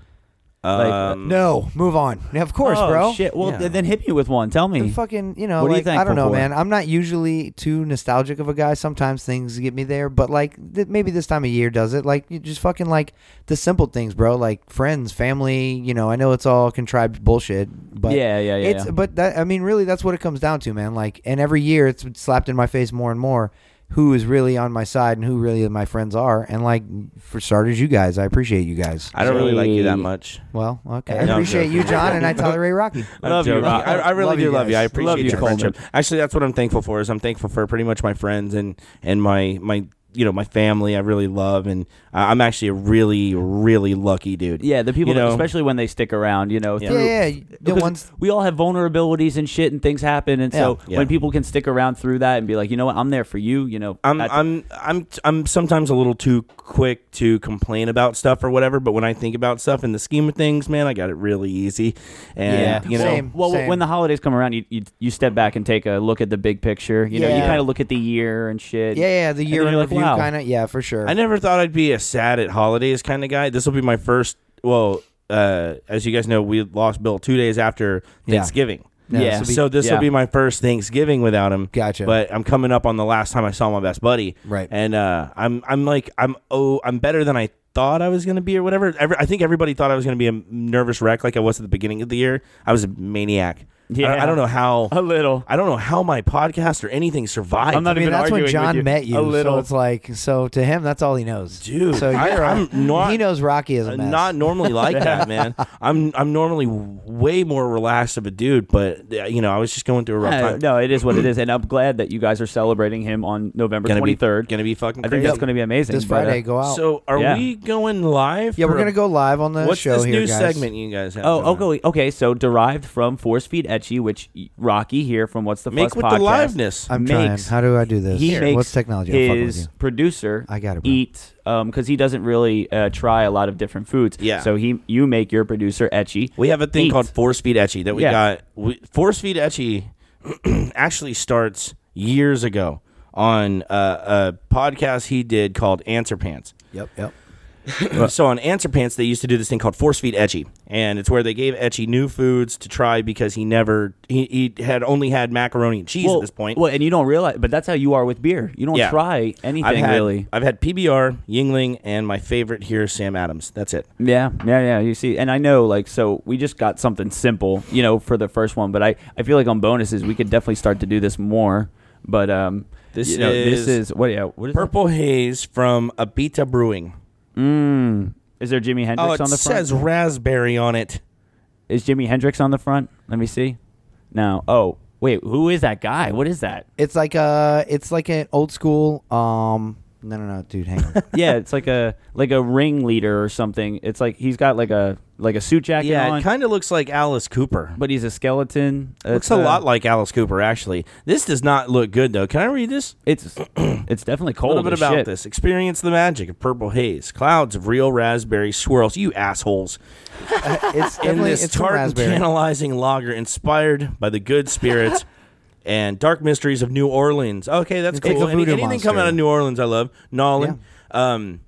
[SPEAKER 3] Um,
[SPEAKER 2] Like,
[SPEAKER 4] No, move on. Yeah, of course,
[SPEAKER 2] oh,
[SPEAKER 4] bro.
[SPEAKER 2] Shit. Well,
[SPEAKER 3] Yeah.
[SPEAKER 2] th- then hit me with one. Tell me.
[SPEAKER 4] And fucking, you know,
[SPEAKER 2] What are you
[SPEAKER 4] like, I
[SPEAKER 2] thankful
[SPEAKER 4] don't know,
[SPEAKER 2] for?
[SPEAKER 4] man. I'm not usually too nostalgic of a guy. Sometimes things get me there, but like th- maybe this time of year does it. Like you just fucking like the simple things, bro. Like friends, family. You know, I know it's all contrived bullshit, but
[SPEAKER 2] Yeah, yeah, yeah,
[SPEAKER 4] It's
[SPEAKER 2] yeah.
[SPEAKER 4] but that I mean, really, that's what it comes down to, man. Like, and every year it's slapped in my face more and more. Who is really on my side and who really my friends are, and like for starters, you guys, I appreciate you guys.
[SPEAKER 3] I don't really like you that
[SPEAKER 2] Hey.
[SPEAKER 3] much.
[SPEAKER 4] Well, okay,
[SPEAKER 3] No,
[SPEAKER 4] I
[SPEAKER 3] I'm
[SPEAKER 4] appreciate you,
[SPEAKER 3] joking.
[SPEAKER 4] John, and I tolerate Rocky.
[SPEAKER 3] I'm
[SPEAKER 2] Love you,
[SPEAKER 3] joking.
[SPEAKER 2] Rob.
[SPEAKER 3] I, I really
[SPEAKER 4] Love
[SPEAKER 3] do
[SPEAKER 4] you
[SPEAKER 3] love you. I
[SPEAKER 4] guys.
[SPEAKER 3] appreciate
[SPEAKER 2] Love you,
[SPEAKER 3] your
[SPEAKER 2] Coleman.
[SPEAKER 3] friendship. Actually, that's what I'm thankful for. Is I'm thankful for pretty much my friends and and my my you know my family. I really love, and I- I'm actually a really really lucky dude.
[SPEAKER 2] yeah, the people,
[SPEAKER 3] You
[SPEAKER 2] that-
[SPEAKER 3] know?
[SPEAKER 2] especially when they stick around, you know.
[SPEAKER 3] Yeah.
[SPEAKER 2] through-
[SPEAKER 4] Yeah, yeah, the
[SPEAKER 2] because
[SPEAKER 4] ones-
[SPEAKER 2] we all have vulnerabilities and shit, and things happen, and so
[SPEAKER 3] Yeah. Yeah.
[SPEAKER 2] when people can stick around through that and be like, you know what, I'm there for you. You know,
[SPEAKER 3] I'm
[SPEAKER 2] at the-
[SPEAKER 3] I'm I'm I'm sometimes a little too quick to complain about stuff or whatever, but when I think about stuff in the scheme of things, man, I got it really easy. And
[SPEAKER 2] Yeah.
[SPEAKER 3] you know,
[SPEAKER 4] Same.
[SPEAKER 2] Well, w- when the holidays come around, you, you you step back and take a look at the big picture. You know, you
[SPEAKER 4] Yeah.
[SPEAKER 2] kind of look at the year and shit.
[SPEAKER 4] Yeah, yeah, the
[SPEAKER 2] And
[SPEAKER 4] year
[SPEAKER 2] then
[SPEAKER 4] in
[SPEAKER 2] you're like,
[SPEAKER 4] review,
[SPEAKER 2] wow.
[SPEAKER 4] kind of. Yeah, for sure.
[SPEAKER 3] I never thought I'd be a sad at holidays kind of guy. This will be my first. Well, uh, as you guys know, we lost Bill two days after
[SPEAKER 4] Yeah.
[SPEAKER 3] Thanksgiving.
[SPEAKER 4] Yeah,
[SPEAKER 2] Yeah.
[SPEAKER 4] this'll be-
[SPEAKER 3] So this
[SPEAKER 2] yeah.
[SPEAKER 3] will be my first Thanksgiving without him.
[SPEAKER 4] Gotcha.
[SPEAKER 3] But I'm coming up on the last time I saw my best buddy.
[SPEAKER 4] Right.
[SPEAKER 3] And uh, I'm I'm like I'm oh I'm better than I thought I was gonna be or whatever. Every, I think everybody thought I was gonna be a nervous wreck like I was at the beginning of the year. I was a maniac. I- I,
[SPEAKER 2] Yeah.
[SPEAKER 3] don't know how.
[SPEAKER 2] A little.
[SPEAKER 3] I don't know how my podcast or anything survived.
[SPEAKER 2] I'm not
[SPEAKER 4] I mean,
[SPEAKER 2] even
[SPEAKER 4] that's
[SPEAKER 2] arguing
[SPEAKER 4] when
[SPEAKER 2] with
[SPEAKER 4] John
[SPEAKER 2] you.
[SPEAKER 4] met you.
[SPEAKER 2] A little.
[SPEAKER 4] So it's like, so to him, that's all he knows.
[SPEAKER 3] Dude,
[SPEAKER 4] so
[SPEAKER 3] I-
[SPEAKER 4] you're
[SPEAKER 3] I'm not-
[SPEAKER 4] he knows Rocky is a
[SPEAKER 3] I'm
[SPEAKER 4] mess.
[SPEAKER 3] not normally like that, man. I'm I'm normally w- way more relaxed of a dude, but uh, you know, I was just going through a rough
[SPEAKER 2] Yeah,
[SPEAKER 3] time.
[SPEAKER 2] Uh, no, it is what it is, and I'm glad that you guys are celebrating him on November
[SPEAKER 3] Gonna be-
[SPEAKER 2] 23rd.
[SPEAKER 3] gonna be fucking
[SPEAKER 2] I think that's
[SPEAKER 3] crazy.
[SPEAKER 2] going to be amazing.
[SPEAKER 4] this
[SPEAKER 2] but, uh,
[SPEAKER 4] Friday, go out.
[SPEAKER 3] So, are
[SPEAKER 2] Yeah.
[SPEAKER 3] we going live?
[SPEAKER 4] yeah, we're
[SPEAKER 3] for-
[SPEAKER 4] gonna go live on the
[SPEAKER 3] What's
[SPEAKER 4] show
[SPEAKER 3] this
[SPEAKER 4] here,
[SPEAKER 3] new
[SPEAKER 4] guys.
[SPEAKER 3] segment you guys have?
[SPEAKER 2] Oh,
[SPEAKER 3] going
[SPEAKER 2] okay,
[SPEAKER 3] on?
[SPEAKER 2] okay. So derived from force feed etchy, which y- Rocky here from What's the
[SPEAKER 3] Make
[SPEAKER 2] Fuss
[SPEAKER 3] with
[SPEAKER 2] podcast,
[SPEAKER 3] the liveness.
[SPEAKER 4] I'm
[SPEAKER 2] makes-
[SPEAKER 4] trying. How do I do this?
[SPEAKER 2] He makes
[SPEAKER 4] What's technology? I'm fucking with
[SPEAKER 2] his
[SPEAKER 4] you.
[SPEAKER 2] producer.
[SPEAKER 4] I got it, bro.
[SPEAKER 2] Eat because he doesn't really uh, try a lot of different foods.
[SPEAKER 3] Yeah.
[SPEAKER 2] So he, you make your producer etchy.
[SPEAKER 3] We have a thing
[SPEAKER 2] eat.
[SPEAKER 3] called force feed etchy that we
[SPEAKER 2] Yeah.
[SPEAKER 3] got. We, force feed etchy actually starts years ago on uh, a podcast he did called Answer Pants.
[SPEAKER 4] Yep, yep.
[SPEAKER 3] so on Answer Pants, they used to do this thing called Force Feed Etchy, and it's where they gave Etchy new foods to try because he never he, he had only had macaroni and cheese
[SPEAKER 2] well,
[SPEAKER 3] at this point.
[SPEAKER 2] Well, and you don't realize, but that's how you are with beer. You don't
[SPEAKER 3] Yeah.
[SPEAKER 2] try
[SPEAKER 3] I've
[SPEAKER 2] anything
[SPEAKER 3] had,
[SPEAKER 2] really.
[SPEAKER 3] I've had PBR, Yingling, and my favorite here, Sam Adams. That's it.
[SPEAKER 2] Yeah, yeah, yeah. You see, and I know, like, so we just got something simple, you know, for the first one. But I, I feel like on bonuses we could definitely start to do this more. But um,
[SPEAKER 3] This
[SPEAKER 2] you know, this
[SPEAKER 3] is
[SPEAKER 2] is what? Yeah, what is that?
[SPEAKER 3] Purple Haze from Abita Brewing.
[SPEAKER 2] Is there Jimi Hendrix
[SPEAKER 3] Oh, it
[SPEAKER 2] on the front?
[SPEAKER 3] says raspberry on it.
[SPEAKER 2] Is Jimi Hendrix on the front? Let me see. No. Oh, wait. Who is that guy? What is that?
[SPEAKER 4] It's like a, it's like an old school. Um, no, no, no, dude, hang on.
[SPEAKER 2] yeah, it's like a like a ringleader or something. It's like he's got like a like a suit jacket
[SPEAKER 3] Yeah,
[SPEAKER 2] on,
[SPEAKER 3] it kind of looks like Alice Cooper.
[SPEAKER 2] but he's a skeleton. uh,
[SPEAKER 3] looks a lot like Alice Cooper, actually. This does not look good, though. Can I read this?
[SPEAKER 2] It's it's definitely
[SPEAKER 3] A
[SPEAKER 2] cold.
[SPEAKER 3] little bit
[SPEAKER 2] as
[SPEAKER 3] about
[SPEAKER 2] shit.
[SPEAKER 3] this. Experience the magic of purple haze. Clouds of real raspberry swirls. You assholes.
[SPEAKER 4] It's
[SPEAKER 3] In
[SPEAKER 4] definitely
[SPEAKER 3] this
[SPEAKER 4] it's from
[SPEAKER 3] tart and
[SPEAKER 4] raspberry.
[SPEAKER 3] tantalizing lager inspired by the good spirits and dark mysteries of New Orleans. Okay, that's
[SPEAKER 4] It's
[SPEAKER 3] cool.
[SPEAKER 4] like a
[SPEAKER 3] Any-
[SPEAKER 4] voodoo
[SPEAKER 3] anything coming
[SPEAKER 4] monster.
[SPEAKER 3] out of New Orleans, I love. Nolan. Um,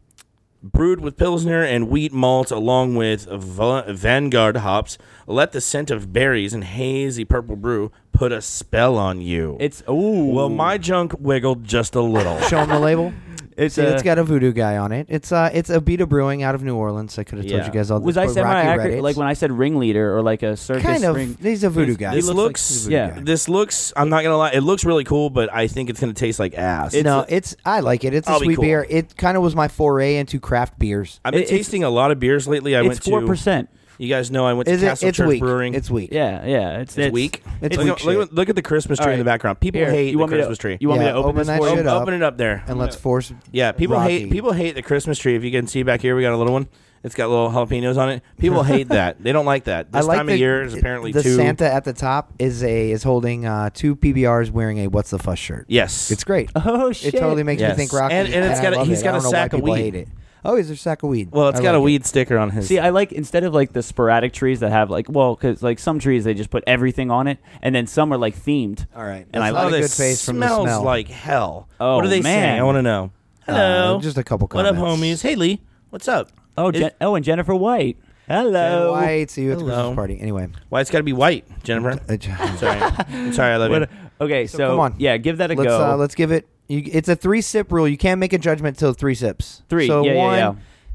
[SPEAKER 3] brewed with Pilsner and wheat malt along with Va- Vanguard hops. Let the scent of berries and hazy purple brew put a spell on you.
[SPEAKER 2] It's ooh.
[SPEAKER 3] well, my junk wiggled just a little.
[SPEAKER 4] Show him the label.
[SPEAKER 2] It's
[SPEAKER 4] See,
[SPEAKER 2] a-
[SPEAKER 4] it's got a voodoo guy on it. It's uh, it's Abita Brewing out of New Orleans. I could have
[SPEAKER 3] Yeah.
[SPEAKER 4] told you guys all this.
[SPEAKER 2] was I
[SPEAKER 4] but
[SPEAKER 2] semi
[SPEAKER 4] Rocky read
[SPEAKER 2] accurate?
[SPEAKER 4] it.
[SPEAKER 2] Like when I said ringleader or like a circus
[SPEAKER 4] kind of.
[SPEAKER 2] ring.
[SPEAKER 4] He's a voodoo guy.
[SPEAKER 3] This
[SPEAKER 4] He
[SPEAKER 3] looks,
[SPEAKER 4] like he's a voodoo
[SPEAKER 2] yeah.
[SPEAKER 4] guy.
[SPEAKER 3] This looks. I'm not gonna lie. It looks really cool, but I think it's gonna taste like ass.
[SPEAKER 4] no, it's I like it. It's a
[SPEAKER 3] I'll be
[SPEAKER 4] sweet
[SPEAKER 3] cool.
[SPEAKER 4] beer. It kind of was my foray into craft beers.
[SPEAKER 3] I've been
[SPEAKER 2] it- it's-
[SPEAKER 3] tasting a lot of beers lately. I
[SPEAKER 2] It's
[SPEAKER 3] went to
[SPEAKER 2] four percent.
[SPEAKER 3] You guys know I went to
[SPEAKER 4] Is it?
[SPEAKER 3] Castle
[SPEAKER 4] It's
[SPEAKER 3] Church
[SPEAKER 4] weak.
[SPEAKER 3] Brewing.
[SPEAKER 4] It's weak.
[SPEAKER 2] Yeah, yeah. It's,
[SPEAKER 3] It's weak.
[SPEAKER 4] It's
[SPEAKER 3] look,
[SPEAKER 4] weak
[SPEAKER 3] at- look,
[SPEAKER 4] shit.
[SPEAKER 3] at- look at the Christmas tree
[SPEAKER 2] All
[SPEAKER 3] in the
[SPEAKER 2] right.
[SPEAKER 3] background. People
[SPEAKER 2] Here,
[SPEAKER 3] hate
[SPEAKER 2] you
[SPEAKER 3] the
[SPEAKER 2] want me to-
[SPEAKER 3] Christmas tree.
[SPEAKER 2] you want me
[SPEAKER 4] Yeah,
[SPEAKER 2] to open,
[SPEAKER 4] open
[SPEAKER 2] this
[SPEAKER 4] that
[SPEAKER 2] for you?
[SPEAKER 4] shit up.
[SPEAKER 3] Open it up there.
[SPEAKER 4] And let's force.
[SPEAKER 3] Yeah, people hate
[SPEAKER 4] Rocky.
[SPEAKER 3] people hate the Christmas tree. If you can see back here, we got a little one. It's got little jalapenos on it. People hate that. They don't like that. This
[SPEAKER 4] I like
[SPEAKER 3] time
[SPEAKER 4] the,
[SPEAKER 3] of year is apparently
[SPEAKER 4] the
[SPEAKER 3] too.
[SPEAKER 4] Santa at the top is a is holding uh, two PBRs wearing a what's the fuss shirt.
[SPEAKER 3] Yes,
[SPEAKER 4] it's great.
[SPEAKER 2] Oh shit!
[SPEAKER 4] It totally makes
[SPEAKER 3] Yes.
[SPEAKER 4] me think Rocky.
[SPEAKER 3] And- and it's
[SPEAKER 4] I
[SPEAKER 3] got a-
[SPEAKER 4] love
[SPEAKER 3] he's
[SPEAKER 4] it.
[SPEAKER 3] got
[SPEAKER 4] I
[SPEAKER 3] a
[SPEAKER 4] don't know why
[SPEAKER 3] sack of
[SPEAKER 4] people
[SPEAKER 3] weed.
[SPEAKER 4] Hate it. Oh, is there a sack of weed?
[SPEAKER 3] well, it's
[SPEAKER 4] I
[SPEAKER 3] got a
[SPEAKER 4] like it.
[SPEAKER 3] weed sticker on his.
[SPEAKER 2] See, I like instead of like the sporadic trees that have like well, because like some trees they just put everything on it, and then some are like themed.
[SPEAKER 4] All right.
[SPEAKER 2] and I
[SPEAKER 4] That's
[SPEAKER 2] love
[SPEAKER 4] not a
[SPEAKER 3] this
[SPEAKER 4] good face from the
[SPEAKER 3] smells
[SPEAKER 4] smell.
[SPEAKER 3] like hell.
[SPEAKER 2] Oh,
[SPEAKER 3] what are they
[SPEAKER 2] man.
[SPEAKER 3] saying? I want to know. Hello,
[SPEAKER 4] Uh, just a couple
[SPEAKER 3] What up,
[SPEAKER 4] comments.
[SPEAKER 3] homies? Hey, Lee, what's up?
[SPEAKER 2] Oh,
[SPEAKER 3] Is-
[SPEAKER 2] Jen- oh, and Jennifer White. Hello.
[SPEAKER 4] White, see you at the
[SPEAKER 3] Hello.
[SPEAKER 4] Christmas party. Anyway,
[SPEAKER 3] Why it's got to be white, Jennifer?
[SPEAKER 4] Uh, j-
[SPEAKER 3] I'm sorry. I'm sorry. I love
[SPEAKER 2] What-
[SPEAKER 3] you.
[SPEAKER 2] okay, so,
[SPEAKER 4] So come on.
[SPEAKER 2] yeah, give that a
[SPEAKER 4] let's
[SPEAKER 2] go.
[SPEAKER 4] uh, let's give it. You, it's a three sip rule. You can't make a judgment till three sips.
[SPEAKER 2] Three,
[SPEAKER 4] So
[SPEAKER 2] yeah, yeah,
[SPEAKER 4] one,
[SPEAKER 2] yeah.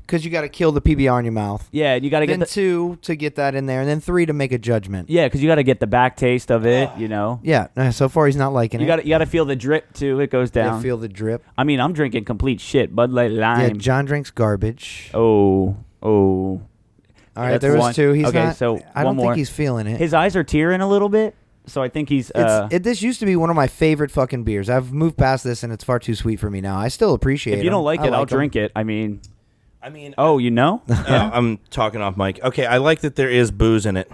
[SPEAKER 4] because you got to kill the PBR in your mouth.
[SPEAKER 2] yeah, and you got to get
[SPEAKER 4] Then
[SPEAKER 2] the,
[SPEAKER 4] two to get that in there, and then three to make a judgment.
[SPEAKER 2] yeah, because you got to get the back taste of it. You know,
[SPEAKER 4] Yeah. uh, So far, he's not liking
[SPEAKER 2] you
[SPEAKER 4] it.
[SPEAKER 2] got to you got to feel the drip too. It goes
[SPEAKER 4] They
[SPEAKER 2] down.
[SPEAKER 4] feel the drip.
[SPEAKER 2] I mean, I'm drinking complete shit. Bud Light
[SPEAKER 4] Yeah.
[SPEAKER 2] Lime.
[SPEAKER 4] John drinks garbage.
[SPEAKER 2] oh, oh.
[SPEAKER 4] All right.
[SPEAKER 2] that's
[SPEAKER 4] There was
[SPEAKER 2] one.
[SPEAKER 4] two. He's
[SPEAKER 2] Okay,
[SPEAKER 4] not.
[SPEAKER 2] so
[SPEAKER 4] I
[SPEAKER 2] one
[SPEAKER 4] don't
[SPEAKER 2] more.
[SPEAKER 4] think he's feeling it.
[SPEAKER 2] His eyes are tearing a little bit, so I think he's.
[SPEAKER 4] It's,
[SPEAKER 2] Uh,
[SPEAKER 4] it, this used to be one of my favorite fucking beers. I've moved past this, and it's far too sweet for me now. I still appreciate it.
[SPEAKER 2] if you don't like it, I'll drink it. I mean, oh, you know.
[SPEAKER 3] Uh, I'm talking off mic. Okay, I like that there is booze in it.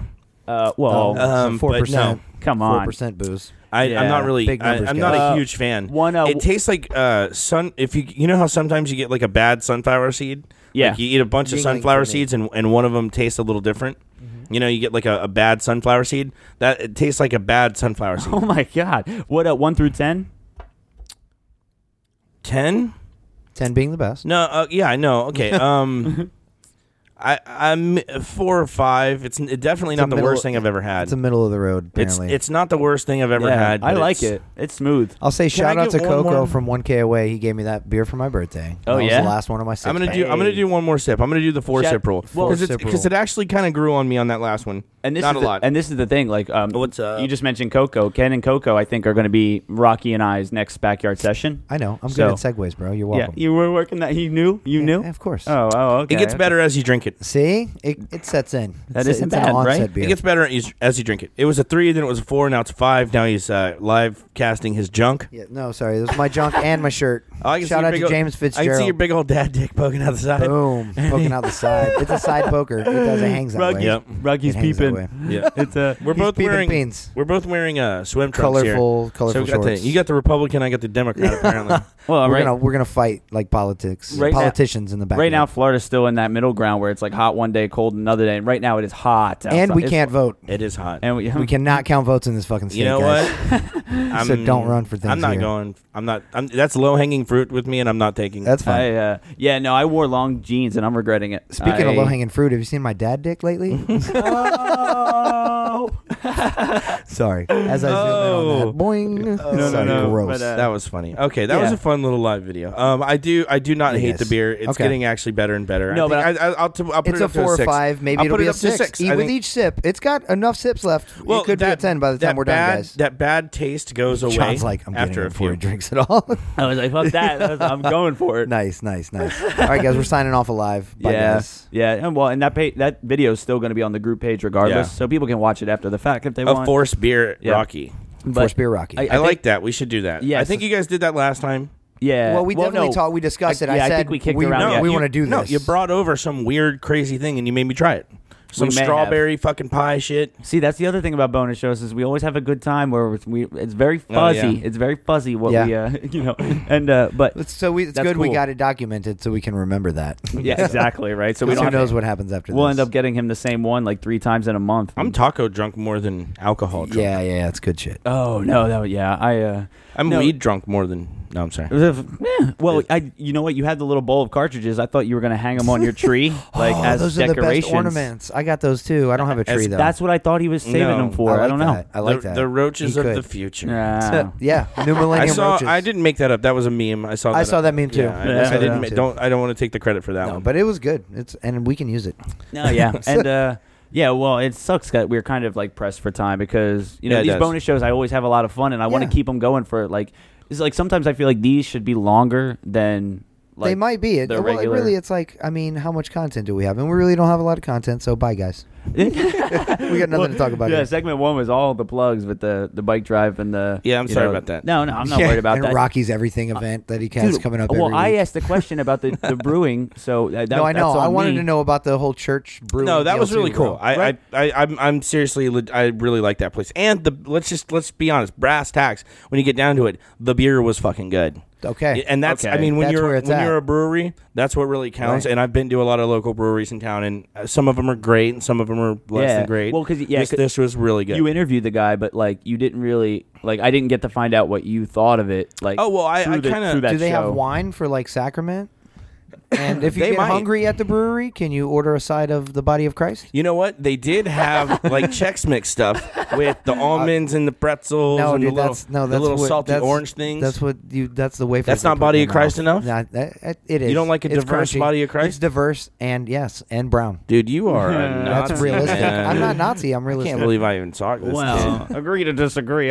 [SPEAKER 2] Uh, well,
[SPEAKER 3] Um,
[SPEAKER 4] Oh, four
[SPEAKER 3] but no.
[SPEAKER 4] percent.
[SPEAKER 2] Come on.
[SPEAKER 4] four percent booze.
[SPEAKER 3] I,
[SPEAKER 2] Yeah.
[SPEAKER 3] I'm not really.
[SPEAKER 4] Big
[SPEAKER 3] I,
[SPEAKER 4] numbers,
[SPEAKER 3] am not
[SPEAKER 2] guys.
[SPEAKER 3] a
[SPEAKER 2] Uh,
[SPEAKER 3] huge fan.
[SPEAKER 2] one, uh,
[SPEAKER 3] it tastes like uh, sun. If you you know how sometimes you get like a bad sunflower seed.
[SPEAKER 2] Yeah.
[SPEAKER 3] Like you eat a bunch of
[SPEAKER 4] Yingling
[SPEAKER 3] sunflower
[SPEAKER 4] for me.
[SPEAKER 3] seeds and, and one of them tastes a little different.
[SPEAKER 2] Mm-hmm.
[SPEAKER 3] You know, you get like a, a bad sunflower seed. That it tastes like a bad sunflower seed.
[SPEAKER 2] oh my god. What? Uh, one through ten.
[SPEAKER 3] Ten?
[SPEAKER 4] Ten being the best.
[SPEAKER 3] No. Uh, yeah, I know. Okay. Um, I I'm four or five. It's n- definitely
[SPEAKER 4] a
[SPEAKER 3] not the
[SPEAKER 4] middle-
[SPEAKER 3] worst thing I've ever had.
[SPEAKER 4] It's a middle of the road.
[SPEAKER 3] It's
[SPEAKER 4] Apparently,
[SPEAKER 3] it's not the worst thing I've ever
[SPEAKER 2] Yeah,
[SPEAKER 3] had.
[SPEAKER 2] I
[SPEAKER 3] but
[SPEAKER 2] like
[SPEAKER 3] it's-
[SPEAKER 2] it. It's smooth.
[SPEAKER 4] I'll say shout
[SPEAKER 3] I
[SPEAKER 4] out to
[SPEAKER 3] get one
[SPEAKER 4] Coco
[SPEAKER 3] more?
[SPEAKER 4] from 1K away. He gave me that beer for my birthday.
[SPEAKER 2] Oh,
[SPEAKER 4] that
[SPEAKER 2] yeah?
[SPEAKER 4] was the last one of my. Six
[SPEAKER 3] I'm gonna do. I'm gonna do one more sip. I'm gonna do the four
[SPEAKER 2] Shut-
[SPEAKER 3] sip rule
[SPEAKER 2] Well-
[SPEAKER 3] because
[SPEAKER 4] Four-sip
[SPEAKER 3] because
[SPEAKER 4] rule.
[SPEAKER 3] it actually kind of grew on me on that last one.
[SPEAKER 2] And this
[SPEAKER 3] not
[SPEAKER 2] is
[SPEAKER 3] a
[SPEAKER 2] the,
[SPEAKER 3] lot.
[SPEAKER 2] And this is the thing. Like, um,
[SPEAKER 3] What's, uh,
[SPEAKER 2] you just mentioned Coco. Ken and Coco, I think, are going to be Rocky and I's next backyard session.
[SPEAKER 4] I know. I'm good at
[SPEAKER 2] So-
[SPEAKER 4] segues, bro. You're
[SPEAKER 2] Yeah,
[SPEAKER 4] welcome.
[SPEAKER 2] you were working that. You knew. You
[SPEAKER 4] Yeah,
[SPEAKER 2] knew.
[SPEAKER 4] Of course.
[SPEAKER 2] Oh, oh, okay.
[SPEAKER 3] it gets better as you drink it.
[SPEAKER 4] See, it, it sets in.
[SPEAKER 2] That
[SPEAKER 4] It's a-
[SPEAKER 2] isn't
[SPEAKER 4] it's an
[SPEAKER 2] bad, right?
[SPEAKER 4] onset
[SPEAKER 2] It
[SPEAKER 4] Beer.
[SPEAKER 3] It gets better as you- as you drink it. It was a three, then it was a four, now it's a five. Now he's uh, live casting his junk.
[SPEAKER 4] Yeah, no, sorry. This is my junk and my shirt.
[SPEAKER 3] Oh, I can see
[SPEAKER 4] Shout
[SPEAKER 3] your
[SPEAKER 4] out
[SPEAKER 3] big
[SPEAKER 4] to
[SPEAKER 3] ol-
[SPEAKER 4] James Fitzgerald.
[SPEAKER 3] I can see your big old dad dick poking out the side.
[SPEAKER 4] Boom, poking out the side. It's a side poker. It does. It hangs that
[SPEAKER 2] Rocky's,
[SPEAKER 4] way.
[SPEAKER 3] Yep.
[SPEAKER 2] Rocky's
[SPEAKER 4] It hangs that
[SPEAKER 2] peeping.
[SPEAKER 4] way.
[SPEAKER 3] Yeah.
[SPEAKER 2] It's uh, a.
[SPEAKER 3] We're
[SPEAKER 4] He's
[SPEAKER 3] both
[SPEAKER 4] peeping
[SPEAKER 3] wearing
[SPEAKER 4] beans.
[SPEAKER 3] We're both wearing uh, swim trunks
[SPEAKER 4] Colorful-
[SPEAKER 3] here.
[SPEAKER 4] colorful
[SPEAKER 3] so we got the,
[SPEAKER 4] shorts.
[SPEAKER 3] you got the Republican, I got the Democrat. Apparently,
[SPEAKER 2] Well,
[SPEAKER 4] we're
[SPEAKER 2] right,
[SPEAKER 4] gonna we're gonna fight like politics,
[SPEAKER 2] Right now-
[SPEAKER 4] politicians in the back.
[SPEAKER 2] right now, Florida's still in that middle ground where it's like hot one day, cold another day. And right now, it is hot.
[SPEAKER 4] and
[SPEAKER 2] outside.
[SPEAKER 4] we
[SPEAKER 2] It's-
[SPEAKER 4] can't vote.
[SPEAKER 3] it is hot.
[SPEAKER 2] And we,
[SPEAKER 4] We cannot count votes in this fucking state.
[SPEAKER 3] you know
[SPEAKER 4] guys.
[SPEAKER 3] what? I'm,
[SPEAKER 4] So don't run for
[SPEAKER 3] I'm
[SPEAKER 4] things
[SPEAKER 3] not
[SPEAKER 4] here.
[SPEAKER 3] going. I'm not. I'm, that's low hanging fruit with me, and I'm not taking.
[SPEAKER 4] That's fine.
[SPEAKER 2] I, uh, yeah, no, I wore long jeans and I'm regretting it.
[SPEAKER 4] Speaking
[SPEAKER 2] I-
[SPEAKER 4] of low hanging fruit, have you seen my dad dick lately?
[SPEAKER 2] Oh.
[SPEAKER 4] Sorry. As I zoom in on that, boing.
[SPEAKER 2] no,
[SPEAKER 4] Sorry,
[SPEAKER 2] no,
[SPEAKER 4] gross.
[SPEAKER 2] but, uh,
[SPEAKER 3] that was funny. Okay, that was
[SPEAKER 2] Yeah.
[SPEAKER 3] a fun little live video. Um, I do, I do not hate
[SPEAKER 4] Yes.
[SPEAKER 3] the beer. It's
[SPEAKER 4] Okay.
[SPEAKER 3] getting actually better and better.
[SPEAKER 2] No,
[SPEAKER 3] I
[SPEAKER 2] but
[SPEAKER 3] think I, I, I'll, t- I'll put
[SPEAKER 4] it's
[SPEAKER 3] it
[SPEAKER 4] a
[SPEAKER 3] up to
[SPEAKER 4] four or
[SPEAKER 3] six.
[SPEAKER 4] five. Maybe
[SPEAKER 3] I'll
[SPEAKER 4] it'll
[SPEAKER 3] put
[SPEAKER 4] be
[SPEAKER 3] it
[SPEAKER 4] a
[SPEAKER 3] up to
[SPEAKER 4] six.
[SPEAKER 3] six.
[SPEAKER 4] E-
[SPEAKER 3] I
[SPEAKER 4] with
[SPEAKER 3] think-
[SPEAKER 4] each sip, it's got enough sips left.
[SPEAKER 3] Well,
[SPEAKER 4] it could be a
[SPEAKER 3] that-
[SPEAKER 4] ten by the time
[SPEAKER 3] that
[SPEAKER 4] we're
[SPEAKER 3] bad-
[SPEAKER 4] done, guys.
[SPEAKER 3] That bad taste goes away.
[SPEAKER 4] John's like, I'm
[SPEAKER 3] after
[SPEAKER 4] getting it
[SPEAKER 3] a
[SPEAKER 4] before
[SPEAKER 3] few.
[SPEAKER 4] he drinks at all.
[SPEAKER 2] I was like, fuck that. That was- I'm going for it.
[SPEAKER 4] nice, nice, nice. all right, guys, we're signing off alive. Bye,
[SPEAKER 2] yeah,
[SPEAKER 4] guys.
[SPEAKER 2] yeah. And well, and that pa- that video is still going to be on the group page regardless,
[SPEAKER 3] Yeah.
[SPEAKER 2] so people can watch it after the fact if they
[SPEAKER 3] A
[SPEAKER 2] want.
[SPEAKER 3] forced beer,
[SPEAKER 2] Yeah.
[SPEAKER 3] Rocky.
[SPEAKER 2] But
[SPEAKER 4] Force Beer Rocky.
[SPEAKER 2] I, I
[SPEAKER 3] I,
[SPEAKER 2] think-
[SPEAKER 3] like that. We should do that.
[SPEAKER 2] Yes.
[SPEAKER 3] I think you guys did that last time.
[SPEAKER 2] Yeah.
[SPEAKER 4] well, we definitely
[SPEAKER 2] no.
[SPEAKER 4] talked. We discussed
[SPEAKER 2] I-
[SPEAKER 4] it. I
[SPEAKER 2] yeah, I
[SPEAKER 4] said
[SPEAKER 2] think we kicked around
[SPEAKER 4] no,
[SPEAKER 2] the
[SPEAKER 4] we
[SPEAKER 2] idea.
[SPEAKER 4] want to do this.
[SPEAKER 3] No, you brought over some weird, crazy thing, and you made me try it. Some
[SPEAKER 2] may have.
[SPEAKER 3] strawberry fucking pie shit.
[SPEAKER 2] See, that's the other thing about bonus shows is we always have a good time where it's- we it's very fuzzy.
[SPEAKER 3] yeah.
[SPEAKER 2] It's very fuzzy what
[SPEAKER 4] Yeah.
[SPEAKER 2] we uh, you know and uh, but
[SPEAKER 4] It's- So we, it's
[SPEAKER 2] That's
[SPEAKER 4] good we
[SPEAKER 2] cool.
[SPEAKER 4] got it documented, so we can remember that.
[SPEAKER 2] yeah, exactly right. So we don't
[SPEAKER 4] who
[SPEAKER 2] have to-
[SPEAKER 4] knows what happens after
[SPEAKER 2] We'll
[SPEAKER 4] this.
[SPEAKER 2] end up getting him the same one like three times in a month.
[SPEAKER 3] I'm taco drunk more than alcohol drunk.
[SPEAKER 4] Yeah, yeah, yeah, it's good shit.
[SPEAKER 2] oh no, that would- yeah. I uh,
[SPEAKER 3] I'm
[SPEAKER 2] No.
[SPEAKER 3] weed drunk more than. No, I'm sorry.
[SPEAKER 2] It was a, eh, well, I you know what? You had the little bowl of cartridges. I thought you were gonna hang them on your tree, like
[SPEAKER 4] Oh,
[SPEAKER 2] as
[SPEAKER 4] those are the
[SPEAKER 2] decorations.
[SPEAKER 4] best ornaments. I got those too. I don't have a
[SPEAKER 3] As-
[SPEAKER 4] tree though.
[SPEAKER 2] That's what I thought he was saving
[SPEAKER 3] No,
[SPEAKER 2] them for. I,
[SPEAKER 4] I like
[SPEAKER 2] don't know.
[SPEAKER 4] that. I like
[SPEAKER 3] the,
[SPEAKER 4] that.
[SPEAKER 3] The roaches
[SPEAKER 4] He
[SPEAKER 3] of
[SPEAKER 4] could.
[SPEAKER 3] the future.
[SPEAKER 2] Yeah.
[SPEAKER 4] yeah, new millennium
[SPEAKER 3] I saw.
[SPEAKER 4] roaches.
[SPEAKER 3] I didn't make that up. That was a meme. I saw. That
[SPEAKER 4] I saw that meme, too.
[SPEAKER 3] Yeah, I-
[SPEAKER 2] Yeah.
[SPEAKER 3] I,
[SPEAKER 2] I saw
[SPEAKER 3] didn't.
[SPEAKER 2] that
[SPEAKER 3] ma-
[SPEAKER 4] too.
[SPEAKER 3] Don't. I don't want to take the credit for that
[SPEAKER 4] No,
[SPEAKER 3] one.
[SPEAKER 4] but it was good. It's and we can use it.
[SPEAKER 2] No, yeah, and uh, yeah. Well, it sucks that we're kind of like pressed for time because you know
[SPEAKER 3] Yeah, it
[SPEAKER 2] these
[SPEAKER 3] does.
[SPEAKER 2] bonus shows. I always have a lot of fun, and I want to
[SPEAKER 4] Yeah.
[SPEAKER 2] keep them going for like. It's like sometimes I feel like these should be longer than. Like,
[SPEAKER 4] they might be. It,
[SPEAKER 2] the
[SPEAKER 4] well, it
[SPEAKER 2] regular-
[SPEAKER 4] really, it's like I mean, how much content do we have? And we really don't have a lot of content. So bye, guys. we got nothing to talk about.
[SPEAKER 2] Yeah,
[SPEAKER 4] here.
[SPEAKER 2] segment one was all the plugs with the the bike drive and the.
[SPEAKER 3] Yeah, I'm
[SPEAKER 2] you
[SPEAKER 3] sorry
[SPEAKER 2] know-
[SPEAKER 3] about that.
[SPEAKER 2] No, no, I'm not
[SPEAKER 4] Yeah,
[SPEAKER 2] worried about
[SPEAKER 4] and
[SPEAKER 2] that.
[SPEAKER 4] Rocky's everything event that he has coming up.
[SPEAKER 2] Well,
[SPEAKER 4] every
[SPEAKER 2] I
[SPEAKER 4] week.
[SPEAKER 2] asked the question about the, the brewing, so uh, that,
[SPEAKER 4] No, I
[SPEAKER 2] that's
[SPEAKER 4] know.
[SPEAKER 2] on
[SPEAKER 4] I wanted
[SPEAKER 2] me.
[SPEAKER 4] to know about the whole church brewing.
[SPEAKER 3] no, that
[SPEAKER 4] deal,
[SPEAKER 3] was really
[SPEAKER 4] too,
[SPEAKER 3] cool.
[SPEAKER 4] bro.
[SPEAKER 3] I,
[SPEAKER 2] Right.
[SPEAKER 3] I, I, I'm, I'm seriously, le- I really like that place. And the let's just let's be honest, brass tacks. When you get down to it, the beer was fucking good.
[SPEAKER 4] Okay.
[SPEAKER 3] and that's I
[SPEAKER 2] Okay.
[SPEAKER 3] mean when
[SPEAKER 4] That's
[SPEAKER 3] you're
[SPEAKER 4] where it's
[SPEAKER 3] when
[SPEAKER 4] at.
[SPEAKER 3] you're a brewery, that's what really counts.
[SPEAKER 4] Right.
[SPEAKER 3] And I've been to a lot of local breweries in town, and uh, some of them are great, and some of them are less
[SPEAKER 2] Yeah.
[SPEAKER 3] than great.
[SPEAKER 2] Well, 'cause- yeah,
[SPEAKER 3] this,
[SPEAKER 2] 'cause
[SPEAKER 3] this was really good.
[SPEAKER 2] You interviewed the guy, but like you didn't really like. I didn't get to find out what you thought of it. Like,
[SPEAKER 3] Oh, well, I-
[SPEAKER 2] through
[SPEAKER 3] I
[SPEAKER 2] the-
[SPEAKER 3] kinda-
[SPEAKER 2] through that
[SPEAKER 4] Do they have
[SPEAKER 2] show.
[SPEAKER 4] wine for like sacrament? And if you
[SPEAKER 3] They
[SPEAKER 4] get
[SPEAKER 3] might.
[SPEAKER 4] hungry at the brewery, can you order a side of the body of Christ?
[SPEAKER 3] You know what? They did have like Chex Mix stuff with the almonds and the pretzels
[SPEAKER 4] Uh, No,
[SPEAKER 3] and
[SPEAKER 4] dude,
[SPEAKER 3] the little,
[SPEAKER 4] that's no,
[SPEAKER 3] the
[SPEAKER 4] that's
[SPEAKER 3] little
[SPEAKER 4] what,
[SPEAKER 3] salty
[SPEAKER 4] that's-
[SPEAKER 3] orange things.
[SPEAKER 4] That's what you. That's the way.
[SPEAKER 3] That's not body of Christ enough?
[SPEAKER 4] Nah, that, that- it is.
[SPEAKER 3] don't like a
[SPEAKER 4] It's
[SPEAKER 3] diverse
[SPEAKER 4] crunchy.
[SPEAKER 3] body of
[SPEAKER 4] It's
[SPEAKER 3] Christ?
[SPEAKER 4] diverse and yes, and brown.
[SPEAKER 3] Dude, you are a
[SPEAKER 4] That's
[SPEAKER 3] Nazi,
[SPEAKER 4] realistic.
[SPEAKER 3] man.
[SPEAKER 4] I'm not Nazi. I'm
[SPEAKER 3] I
[SPEAKER 4] realistic.
[SPEAKER 3] can't believe I even talked this.
[SPEAKER 2] Well, agree to disagree.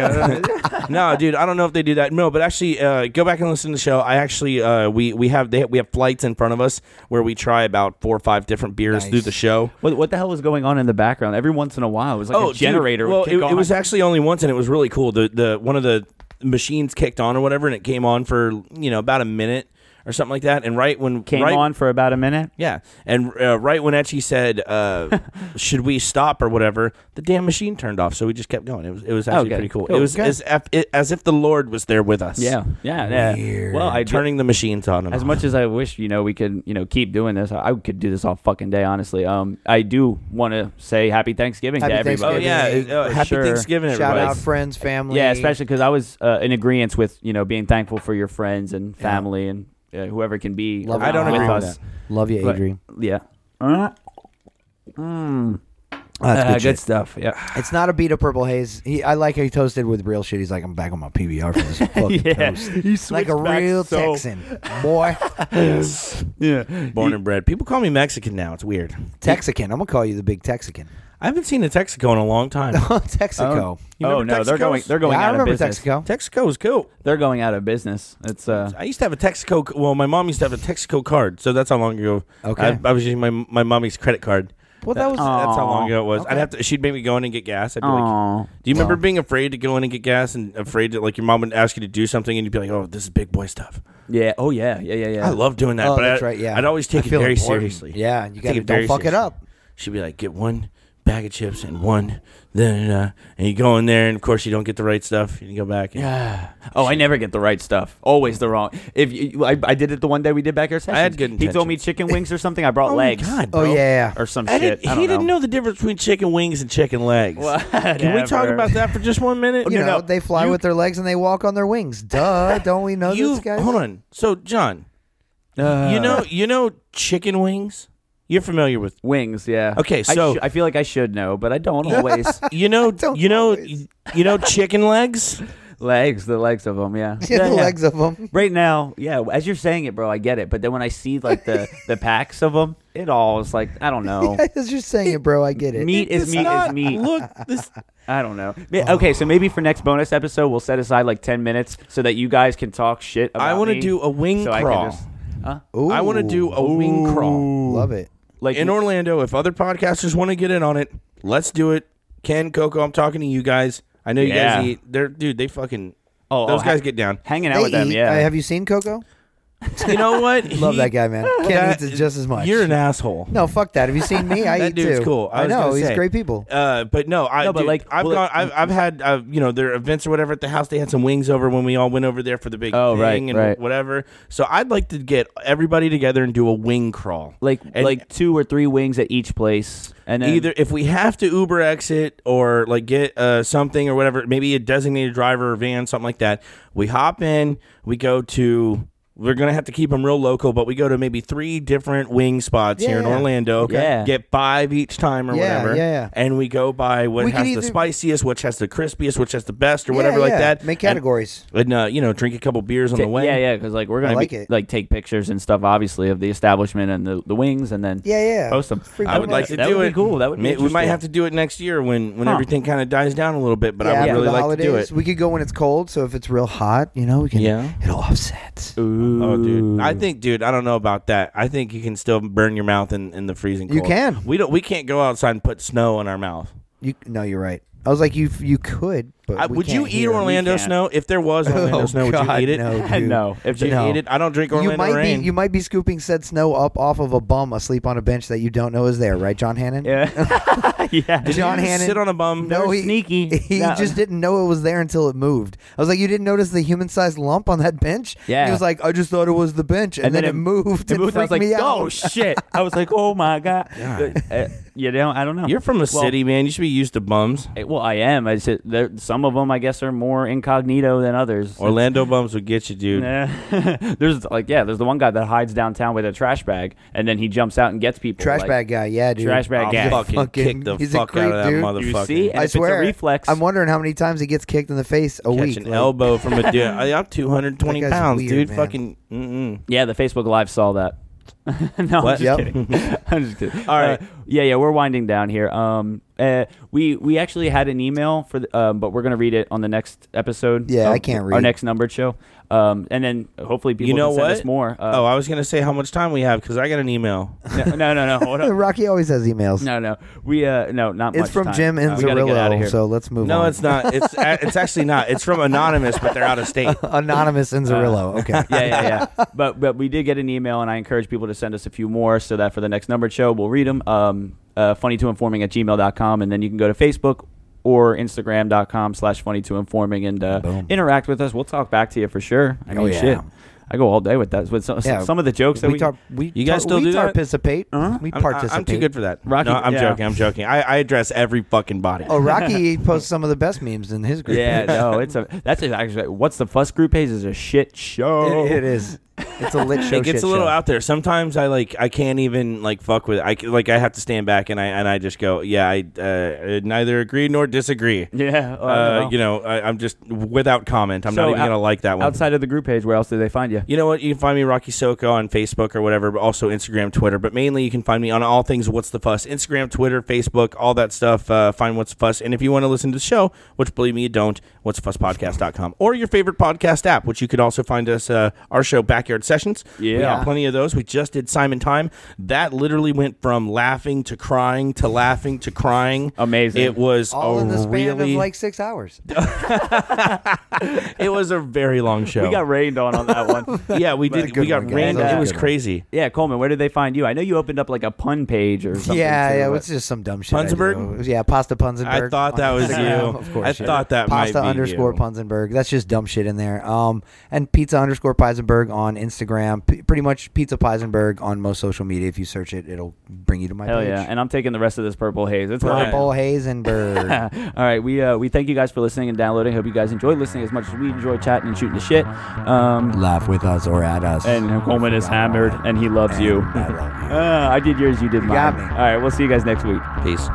[SPEAKER 3] no, dude, I don't know if they do that. No, but actually, uh, go back and listen to the show. I actually, uh, we we have they, we have flights in front of us where we try about four or five different beers through the show.
[SPEAKER 2] what, what the hell was going on in the background? Every once in a while, it was like a
[SPEAKER 3] Oh, dude,
[SPEAKER 2] generator. would
[SPEAKER 3] well,
[SPEAKER 2] kick
[SPEAKER 3] it, it
[SPEAKER 2] on.
[SPEAKER 3] was actually only once, and it was really cool. The the one of the machines kicked on or whatever, and it came on for you know about a minute or something like that. And right when
[SPEAKER 2] came
[SPEAKER 3] right,
[SPEAKER 2] on for about a minute.
[SPEAKER 3] Yeah, and uh, right when Etchy said, uh, "Should we stop or whatever?" the damn machine turned off, so we just kept going. It was it was actually
[SPEAKER 2] Okay,
[SPEAKER 3] pretty cool.
[SPEAKER 2] cool.
[SPEAKER 3] It was
[SPEAKER 2] Oh, Good.
[SPEAKER 3] as if, it, as if the Lord was there with us.
[SPEAKER 2] Yeah, yeah, yeah. Well, I
[SPEAKER 3] turning the machines on. And
[SPEAKER 2] as
[SPEAKER 3] off.
[SPEAKER 2] much as I wish, you know, we could, you know, keep doing this. I I could do this all fucking day, honestly. Um, I do want to say happy Thanksgiving
[SPEAKER 4] Happy
[SPEAKER 2] to everybody.
[SPEAKER 3] Oh yeah!
[SPEAKER 4] Thanksgiving.
[SPEAKER 3] uh,
[SPEAKER 2] For
[SPEAKER 3] happy
[SPEAKER 2] sure.
[SPEAKER 3] Thanksgiving,
[SPEAKER 4] Shout
[SPEAKER 3] everybody!
[SPEAKER 4] out friends, family.
[SPEAKER 2] Oh, Yeah, especially because I was uh, in agreement with you know being thankful for your friends and family and uh, whoever can be.
[SPEAKER 4] Love
[SPEAKER 2] around
[SPEAKER 3] I don't
[SPEAKER 2] with
[SPEAKER 3] agree with
[SPEAKER 2] us.
[SPEAKER 4] Love you,
[SPEAKER 2] But-
[SPEAKER 4] Adrian.
[SPEAKER 2] Yeah. Uh,
[SPEAKER 4] Oh, that's
[SPEAKER 2] uh,
[SPEAKER 4] good, shit.
[SPEAKER 2] stuff. Yeah.
[SPEAKER 4] It's not a beat of purple haze. He, I like how he toasted with real shit. He's like, I'm back on my PBR for this fucking
[SPEAKER 2] Yeah.
[SPEAKER 4] toast.
[SPEAKER 2] You
[SPEAKER 4] Like a
[SPEAKER 2] switched back
[SPEAKER 4] real
[SPEAKER 2] so-
[SPEAKER 4] Texan, boy.
[SPEAKER 2] Yeah.
[SPEAKER 3] Born and bred. People call me Mexican now. It's weird.
[SPEAKER 4] Texican. I'm gonna call you the big Texican.
[SPEAKER 3] I haven't seen a Texaco in a long time.
[SPEAKER 4] Texico.
[SPEAKER 3] You
[SPEAKER 2] oh
[SPEAKER 3] remember
[SPEAKER 2] no, they're
[SPEAKER 3] Texacos?
[SPEAKER 2] going. They're going
[SPEAKER 4] Yeah, I
[SPEAKER 2] out of
[SPEAKER 4] remember
[SPEAKER 2] business.
[SPEAKER 4] Texico.
[SPEAKER 3] Texaco is cool.
[SPEAKER 2] They're going out of business. It's uh.
[SPEAKER 3] I used to have a Texaco. c- Well, my mom used to have a Texaco card, so that's how long ago.
[SPEAKER 4] Okay.
[SPEAKER 3] I, I was using my my mommy's credit card.
[SPEAKER 4] Well, that Oh, was
[SPEAKER 3] That's how long
[SPEAKER 2] Aw.
[SPEAKER 3] ago it was. I'd have to. She'd make me go in and get gas. I'd be
[SPEAKER 2] Aw.
[SPEAKER 3] like, "Do you remember being afraid to go in and get gas and afraid that like your mom would ask you to do something and you'd be like, "Oh, this is big boy stuff."
[SPEAKER 2] Yeah. Oh yeah. Yeah. Yeah. Yeah.
[SPEAKER 3] I love doing that,
[SPEAKER 4] Oh,
[SPEAKER 3] but
[SPEAKER 4] that's
[SPEAKER 3] I,
[SPEAKER 4] right, yeah.
[SPEAKER 3] I'd always take
[SPEAKER 4] I
[SPEAKER 3] it
[SPEAKER 4] feel
[SPEAKER 3] very
[SPEAKER 4] important.
[SPEAKER 3] seriously.
[SPEAKER 4] Yeah, you
[SPEAKER 3] Take
[SPEAKER 4] gotta-
[SPEAKER 3] it very
[SPEAKER 4] don't fuck it
[SPEAKER 3] seriously.
[SPEAKER 4] up.
[SPEAKER 3] She'd be like, "Get one bag of chips and one." Then uh, and you go in there, and of course you don't get the right stuff. You go back. And
[SPEAKER 2] Yeah. Oh, I never get the right stuff. Always the wrong. If you, I, I did it the one day we did back here sessions.
[SPEAKER 3] I had good
[SPEAKER 2] He told me
[SPEAKER 3] intentions.
[SPEAKER 2] chicken wings or something. I brought
[SPEAKER 3] Oh my
[SPEAKER 2] legs.
[SPEAKER 3] God,
[SPEAKER 4] Oh
[SPEAKER 3] bro.
[SPEAKER 4] yeah.
[SPEAKER 2] Or some
[SPEAKER 3] I
[SPEAKER 2] shit.
[SPEAKER 3] didn't-
[SPEAKER 2] I don't
[SPEAKER 3] he didn't know the difference between chicken wings and chicken legs. Can we talk
[SPEAKER 2] Whatever.
[SPEAKER 3] about that for just one minute?
[SPEAKER 4] You
[SPEAKER 2] no,
[SPEAKER 4] know,
[SPEAKER 2] no.
[SPEAKER 4] they fly
[SPEAKER 3] You-
[SPEAKER 4] with their legs and they walk on their wings. Duh, don't we know
[SPEAKER 3] you
[SPEAKER 4] this guy?
[SPEAKER 3] hold on. So, John,
[SPEAKER 2] Uh,
[SPEAKER 3] you know, you know, chicken wings. You're familiar with.
[SPEAKER 2] wings. Yeah.
[SPEAKER 3] Okay,
[SPEAKER 2] I
[SPEAKER 3] so-
[SPEAKER 2] I feel like I should know, but I don't always.
[SPEAKER 3] You know,
[SPEAKER 4] don't
[SPEAKER 3] you know,
[SPEAKER 4] always.
[SPEAKER 3] you know, chicken legs.
[SPEAKER 2] legs, the legs of them. Yeah.
[SPEAKER 4] Yeah, the legs of them.
[SPEAKER 2] Right now, yeah. As you're saying it, bro, I get it. But then when I see like the the packs of them, it all is like I don't
[SPEAKER 3] Oh.
[SPEAKER 2] know.
[SPEAKER 4] As you're saying it, bro, I get it.
[SPEAKER 2] meat is
[SPEAKER 3] It's
[SPEAKER 2] meat is
[SPEAKER 3] not-
[SPEAKER 2] meat.
[SPEAKER 3] Look, this.
[SPEAKER 2] I don't know. Ma- Okay, so maybe for next bonus episode, we'll set aside like ten minutes so that you guys can talk shit. About
[SPEAKER 3] I want to
[SPEAKER 2] me,
[SPEAKER 3] do a wing
[SPEAKER 2] so I can
[SPEAKER 3] crawl.
[SPEAKER 2] just-
[SPEAKER 4] Ooh,
[SPEAKER 3] I want to do a wing crawl
[SPEAKER 4] Love it.
[SPEAKER 2] like
[SPEAKER 3] in Orlando. If other podcasters want to get in on it, let's do it. Ken, Coco, I'm talking to you guys. I know you
[SPEAKER 2] Yeah.
[SPEAKER 3] guys eat. They're dude. They fucking.
[SPEAKER 2] Oh,
[SPEAKER 3] those
[SPEAKER 2] oh,
[SPEAKER 3] guys
[SPEAKER 2] ha-
[SPEAKER 3] get down.
[SPEAKER 2] hanging out
[SPEAKER 4] They
[SPEAKER 2] with them.
[SPEAKER 4] eat-
[SPEAKER 2] Yeah.
[SPEAKER 4] uh, have you seen Coco?
[SPEAKER 3] You know what?
[SPEAKER 4] Love
[SPEAKER 3] He-
[SPEAKER 4] that guy, man. Ken
[SPEAKER 3] that-
[SPEAKER 4] eats it just as much.
[SPEAKER 3] You're an asshole.
[SPEAKER 4] no, fuck that. Have you seen me? I
[SPEAKER 3] that
[SPEAKER 4] eat
[SPEAKER 3] dude's
[SPEAKER 4] too.
[SPEAKER 3] cool. I,
[SPEAKER 4] I,
[SPEAKER 3] was
[SPEAKER 4] know
[SPEAKER 3] gonna
[SPEAKER 4] he's
[SPEAKER 3] say.
[SPEAKER 4] great people.
[SPEAKER 3] Uh, but no, I
[SPEAKER 2] No, but
[SPEAKER 3] dude,
[SPEAKER 2] like,
[SPEAKER 3] I've
[SPEAKER 2] well,
[SPEAKER 3] gone. I've, I've had uh, you know their events or whatever at the house. They had some wings over when we all went over there for the big
[SPEAKER 2] Oh,
[SPEAKER 3] thing
[SPEAKER 2] right,
[SPEAKER 3] and
[SPEAKER 2] right.
[SPEAKER 3] whatever. So I'd like to get everybody together and do a wing crawl.
[SPEAKER 2] like
[SPEAKER 3] And
[SPEAKER 2] like two or three wings at each place, and then
[SPEAKER 3] either if we have to Uber exit or like get uh, something or whatever, maybe a designated driver or van, something like that. We hop in. We go to. We're gonna have to keep them real local, but we go to maybe three different wing spots here in
[SPEAKER 4] Yeah.
[SPEAKER 3] Orlando.
[SPEAKER 2] Okay. Yeah.
[SPEAKER 3] get five each time or
[SPEAKER 4] Yeah,
[SPEAKER 3] whatever.
[SPEAKER 4] yeah, yeah.
[SPEAKER 3] and we go by what
[SPEAKER 4] We could
[SPEAKER 3] has the
[SPEAKER 4] either-
[SPEAKER 3] spiciest, which has the crispiest, which has the best, or
[SPEAKER 4] Yeah,
[SPEAKER 3] whatever like
[SPEAKER 4] yeah.
[SPEAKER 3] that.
[SPEAKER 4] Make
[SPEAKER 3] And-
[SPEAKER 4] categories.
[SPEAKER 3] and, uh, you know, drink a couple beers on
[SPEAKER 2] ta-
[SPEAKER 3] the way.
[SPEAKER 2] yeah, yeah, because like we're gonna
[SPEAKER 4] I like
[SPEAKER 2] be-
[SPEAKER 4] it.
[SPEAKER 2] like take pictures and stuff, obviously, of the establishment and the, the wings, and then
[SPEAKER 4] Yeah, yeah.
[SPEAKER 2] post them.
[SPEAKER 4] Free
[SPEAKER 3] I would like to
[SPEAKER 2] that
[SPEAKER 3] do
[SPEAKER 2] would
[SPEAKER 3] it.
[SPEAKER 2] Be cool. That would be
[SPEAKER 3] May- we might
[SPEAKER 2] interesting.
[SPEAKER 3] have to do it next year when when
[SPEAKER 2] Huh.
[SPEAKER 3] everything kind of dies down a little bit. But I
[SPEAKER 4] yeah,
[SPEAKER 3] would
[SPEAKER 4] for
[SPEAKER 3] really
[SPEAKER 4] the
[SPEAKER 3] like
[SPEAKER 4] holidays,
[SPEAKER 3] to do it.
[SPEAKER 4] We could go when it's cold, so if it's real hot, you know, we can.
[SPEAKER 3] Yeah.
[SPEAKER 4] It offsets.
[SPEAKER 3] Oh, dude! I think, dude, I don't know about that. I think you can still burn your mouth in, in the freezing. Cold.
[SPEAKER 4] You can.
[SPEAKER 3] We don't. We can't go outside and put snow in our mouth.
[SPEAKER 4] You no, you're right. I was like, you you could, but
[SPEAKER 3] I,
[SPEAKER 4] Uh, we
[SPEAKER 3] would you
[SPEAKER 4] can't
[SPEAKER 3] eat
[SPEAKER 4] here.
[SPEAKER 3] Orlando
[SPEAKER 2] can't.
[SPEAKER 3] snow? If there was Orlando
[SPEAKER 4] Oh,
[SPEAKER 3] snow, would
[SPEAKER 4] God,
[SPEAKER 3] you eat it?
[SPEAKER 4] No, dude.
[SPEAKER 2] no, if
[SPEAKER 3] Do you
[SPEAKER 4] No.
[SPEAKER 3] eat it? I don't drink Orlando
[SPEAKER 4] You might
[SPEAKER 3] rain.
[SPEAKER 4] be you might be scooping said snow up off of a bum asleep on a bench that you don't know is there, right, John Hannon?
[SPEAKER 2] yeah, yeah.
[SPEAKER 3] Did you
[SPEAKER 4] John
[SPEAKER 3] just
[SPEAKER 4] Hannon-
[SPEAKER 3] sit on a bum.
[SPEAKER 4] No, he,
[SPEAKER 2] sneaky.
[SPEAKER 4] He
[SPEAKER 2] No.
[SPEAKER 4] just didn't know it was there until it moved. I was like, you didn't notice the human-sized lump on that bench.
[SPEAKER 2] Yeah.
[SPEAKER 4] He was like, I just thought it was the bench, and, then, it, moved.
[SPEAKER 2] It moved. I
[SPEAKER 4] And
[SPEAKER 2] was
[SPEAKER 4] freaked
[SPEAKER 2] like,
[SPEAKER 4] me out.
[SPEAKER 2] "Oh shit!" I was like, "Oh my god!" Uh, you know, I don't know.
[SPEAKER 3] You're from a
[SPEAKER 2] Well,
[SPEAKER 3] city, man. You should be used to bums.
[SPEAKER 2] eh, Well, I am. I said there, some Some of them, I guess, are more incognito than others.
[SPEAKER 3] Orlando bums will get you, dude.
[SPEAKER 2] Yeah. there's like yeah, there's the one guy that hides downtown with a trash bag, and then he jumps out and gets people.
[SPEAKER 4] Trash
[SPEAKER 2] like-
[SPEAKER 4] bag guy, yeah, dude.
[SPEAKER 2] Trash bag
[SPEAKER 3] I'll
[SPEAKER 2] guy.
[SPEAKER 3] fucking,
[SPEAKER 4] Fucking-
[SPEAKER 3] kick the
[SPEAKER 4] he's a
[SPEAKER 3] fuck
[SPEAKER 4] creep,
[SPEAKER 3] out of that
[SPEAKER 4] dude.
[SPEAKER 2] You
[SPEAKER 3] motherfucker.
[SPEAKER 2] see, and
[SPEAKER 4] I
[SPEAKER 2] if
[SPEAKER 4] swear,
[SPEAKER 2] it's a reflex.
[SPEAKER 4] I'm wondering how many times he gets kicked in the face a
[SPEAKER 3] Catch
[SPEAKER 4] week.
[SPEAKER 3] an
[SPEAKER 4] like-
[SPEAKER 3] elbow from a dude. I- I'm 220
[SPEAKER 4] That guy's
[SPEAKER 3] pounds,
[SPEAKER 4] weird,
[SPEAKER 3] dude.
[SPEAKER 4] man.
[SPEAKER 3] Fucking. Mm-mm.
[SPEAKER 2] yeah, the Facebook Live saw that. no,
[SPEAKER 3] What?
[SPEAKER 2] I'm just
[SPEAKER 4] Yep.
[SPEAKER 2] kidding. I'm just kidding.
[SPEAKER 3] All right.
[SPEAKER 2] Uh, yeah, yeah, we're winding down here. Um, uh, we we actually had an email for, the, um, but we're gonna read it on the next episode.
[SPEAKER 4] Yeah,
[SPEAKER 2] of
[SPEAKER 4] I can't
[SPEAKER 2] our
[SPEAKER 4] read.
[SPEAKER 2] next numbered show. Um, and then hopefully people
[SPEAKER 3] You know
[SPEAKER 2] can send
[SPEAKER 3] what?
[SPEAKER 2] us more.
[SPEAKER 3] oh, I was gonna say how much time we have because I got an email.
[SPEAKER 2] no, no, no, no. Hold on.
[SPEAKER 4] Rocky always has emails.
[SPEAKER 2] No, no, we uh, no, not much.
[SPEAKER 4] it's from
[SPEAKER 2] time.
[SPEAKER 4] Jim
[SPEAKER 2] Uh, we gotta get out of
[SPEAKER 4] Inzerillo,
[SPEAKER 2] here.
[SPEAKER 4] so let's move on.
[SPEAKER 3] No, it's not. It's a- it's actually not. It's from anonymous, but they're out of state. Uh,
[SPEAKER 4] Anonymous Inzerillo. Okay.
[SPEAKER 2] yeah, yeah, yeah. But but we did get an email, and I encourage people to send us a few more so that for the next numbered show, we'll read them. Um, uh, funny2informing at gmail.com, and then you can go to Facebook or Instagram.com slash funny2informing and uh,
[SPEAKER 4] Boom.
[SPEAKER 2] interact with us. We'll talk back to you for sure. I mean,
[SPEAKER 4] Oh, yeah.
[SPEAKER 2] shit. I go all day with that. With some,
[SPEAKER 4] Yeah.
[SPEAKER 2] some of the jokes that we,
[SPEAKER 4] tar- we
[SPEAKER 3] You guys
[SPEAKER 4] tar-
[SPEAKER 3] still
[SPEAKER 4] we
[SPEAKER 3] do that? Uh-huh.
[SPEAKER 4] participate. We
[SPEAKER 3] I'm, I-
[SPEAKER 4] participate.
[SPEAKER 3] I'm too good for that.
[SPEAKER 2] Rocky-
[SPEAKER 3] no, I'm
[SPEAKER 2] yeah.
[SPEAKER 3] joking. I'm joking. I, I address every fucking body.
[SPEAKER 4] Oh, Rocky posts some of the best memes in his group.
[SPEAKER 2] yeah, no, it's a that's a, actually what's the fuss group page is a shit show.
[SPEAKER 4] It- it is. It's a lit show.
[SPEAKER 3] it gets
[SPEAKER 4] shit
[SPEAKER 3] a little
[SPEAKER 4] show.
[SPEAKER 3] out there. Sometimes I like I can't even like fuck with. I c- like I have to stand back and I and I just go yeah. I uh, neither agree nor disagree.
[SPEAKER 2] Yeah, well, I don't
[SPEAKER 3] Uh, you know, I, I'm just without comment. I'm
[SPEAKER 2] So
[SPEAKER 3] not even
[SPEAKER 2] out-
[SPEAKER 3] gonna like that one.
[SPEAKER 2] outside of the group page, where else do they find you?
[SPEAKER 3] You know what? You can find me Rocky Soko on Facebook or whatever, but also Instagram, Twitter. But mainly, you can find me on all things What's the Fuss Instagram, Twitter, Facebook, all that stuff. Uh, find What's the Fuss. And if you want to listen to the show, which believe me, you don't, What's the Fuss Podcast.com or your favorite podcast app, which you could also find us, uh, our show, Backyard Sessions. We
[SPEAKER 2] Yeah.
[SPEAKER 3] have plenty of those. We just did Simon Time. That literally went from laughing to crying to laughing to crying.
[SPEAKER 2] Amazing.
[SPEAKER 3] It was
[SPEAKER 4] All
[SPEAKER 3] a
[SPEAKER 4] in the span
[SPEAKER 3] Oh, really,
[SPEAKER 4] of like six hours.
[SPEAKER 3] it was a very long show.
[SPEAKER 2] We got rained on on that one.
[SPEAKER 3] yeah, we did.
[SPEAKER 4] good
[SPEAKER 3] We got
[SPEAKER 4] one, guys.
[SPEAKER 3] random.
[SPEAKER 2] That was a
[SPEAKER 3] It was
[SPEAKER 4] good one.
[SPEAKER 3] crazy.
[SPEAKER 2] Yeah, Coleman, where did they find you? I know you opened up like a pun page or something.
[SPEAKER 4] yeah,
[SPEAKER 2] too,
[SPEAKER 4] yeah.
[SPEAKER 2] but-
[SPEAKER 4] It's just some dumb shit. I
[SPEAKER 3] Punzenberg?
[SPEAKER 4] do. Yeah, pasta Punzenberg.
[SPEAKER 3] I thought
[SPEAKER 4] on
[SPEAKER 3] that was
[SPEAKER 4] Instagram.
[SPEAKER 3] you.
[SPEAKER 4] Of course.
[SPEAKER 3] I
[SPEAKER 4] yeah.
[SPEAKER 3] thought that might
[SPEAKER 4] pasta
[SPEAKER 3] be
[SPEAKER 4] underscore
[SPEAKER 3] you.
[SPEAKER 4] Punzenberg. That's just dumb shit in there. Um, and pizza underscore Peisenberg on Instagram. P- pretty much pizza Peisenberg on most social media. If you search it, it'll bring you to my
[SPEAKER 2] hell
[SPEAKER 4] page.
[SPEAKER 2] yeah. And I'm taking the rest of this purple haze. It's wild.
[SPEAKER 4] Purple Hazenberg.
[SPEAKER 2] All right, we uh, we thank you guys for listening and downloading. Hope you guys enjoyed listening as much as we enjoy chatting and shooting the shit. Um,
[SPEAKER 4] Laugh with us or at us.
[SPEAKER 2] and Coleman is hammered, and he loves you.
[SPEAKER 4] I love you.
[SPEAKER 2] Uh, I did yours, you did mine.
[SPEAKER 4] got me.
[SPEAKER 2] All right, we'll see you guys next week.
[SPEAKER 3] Peace.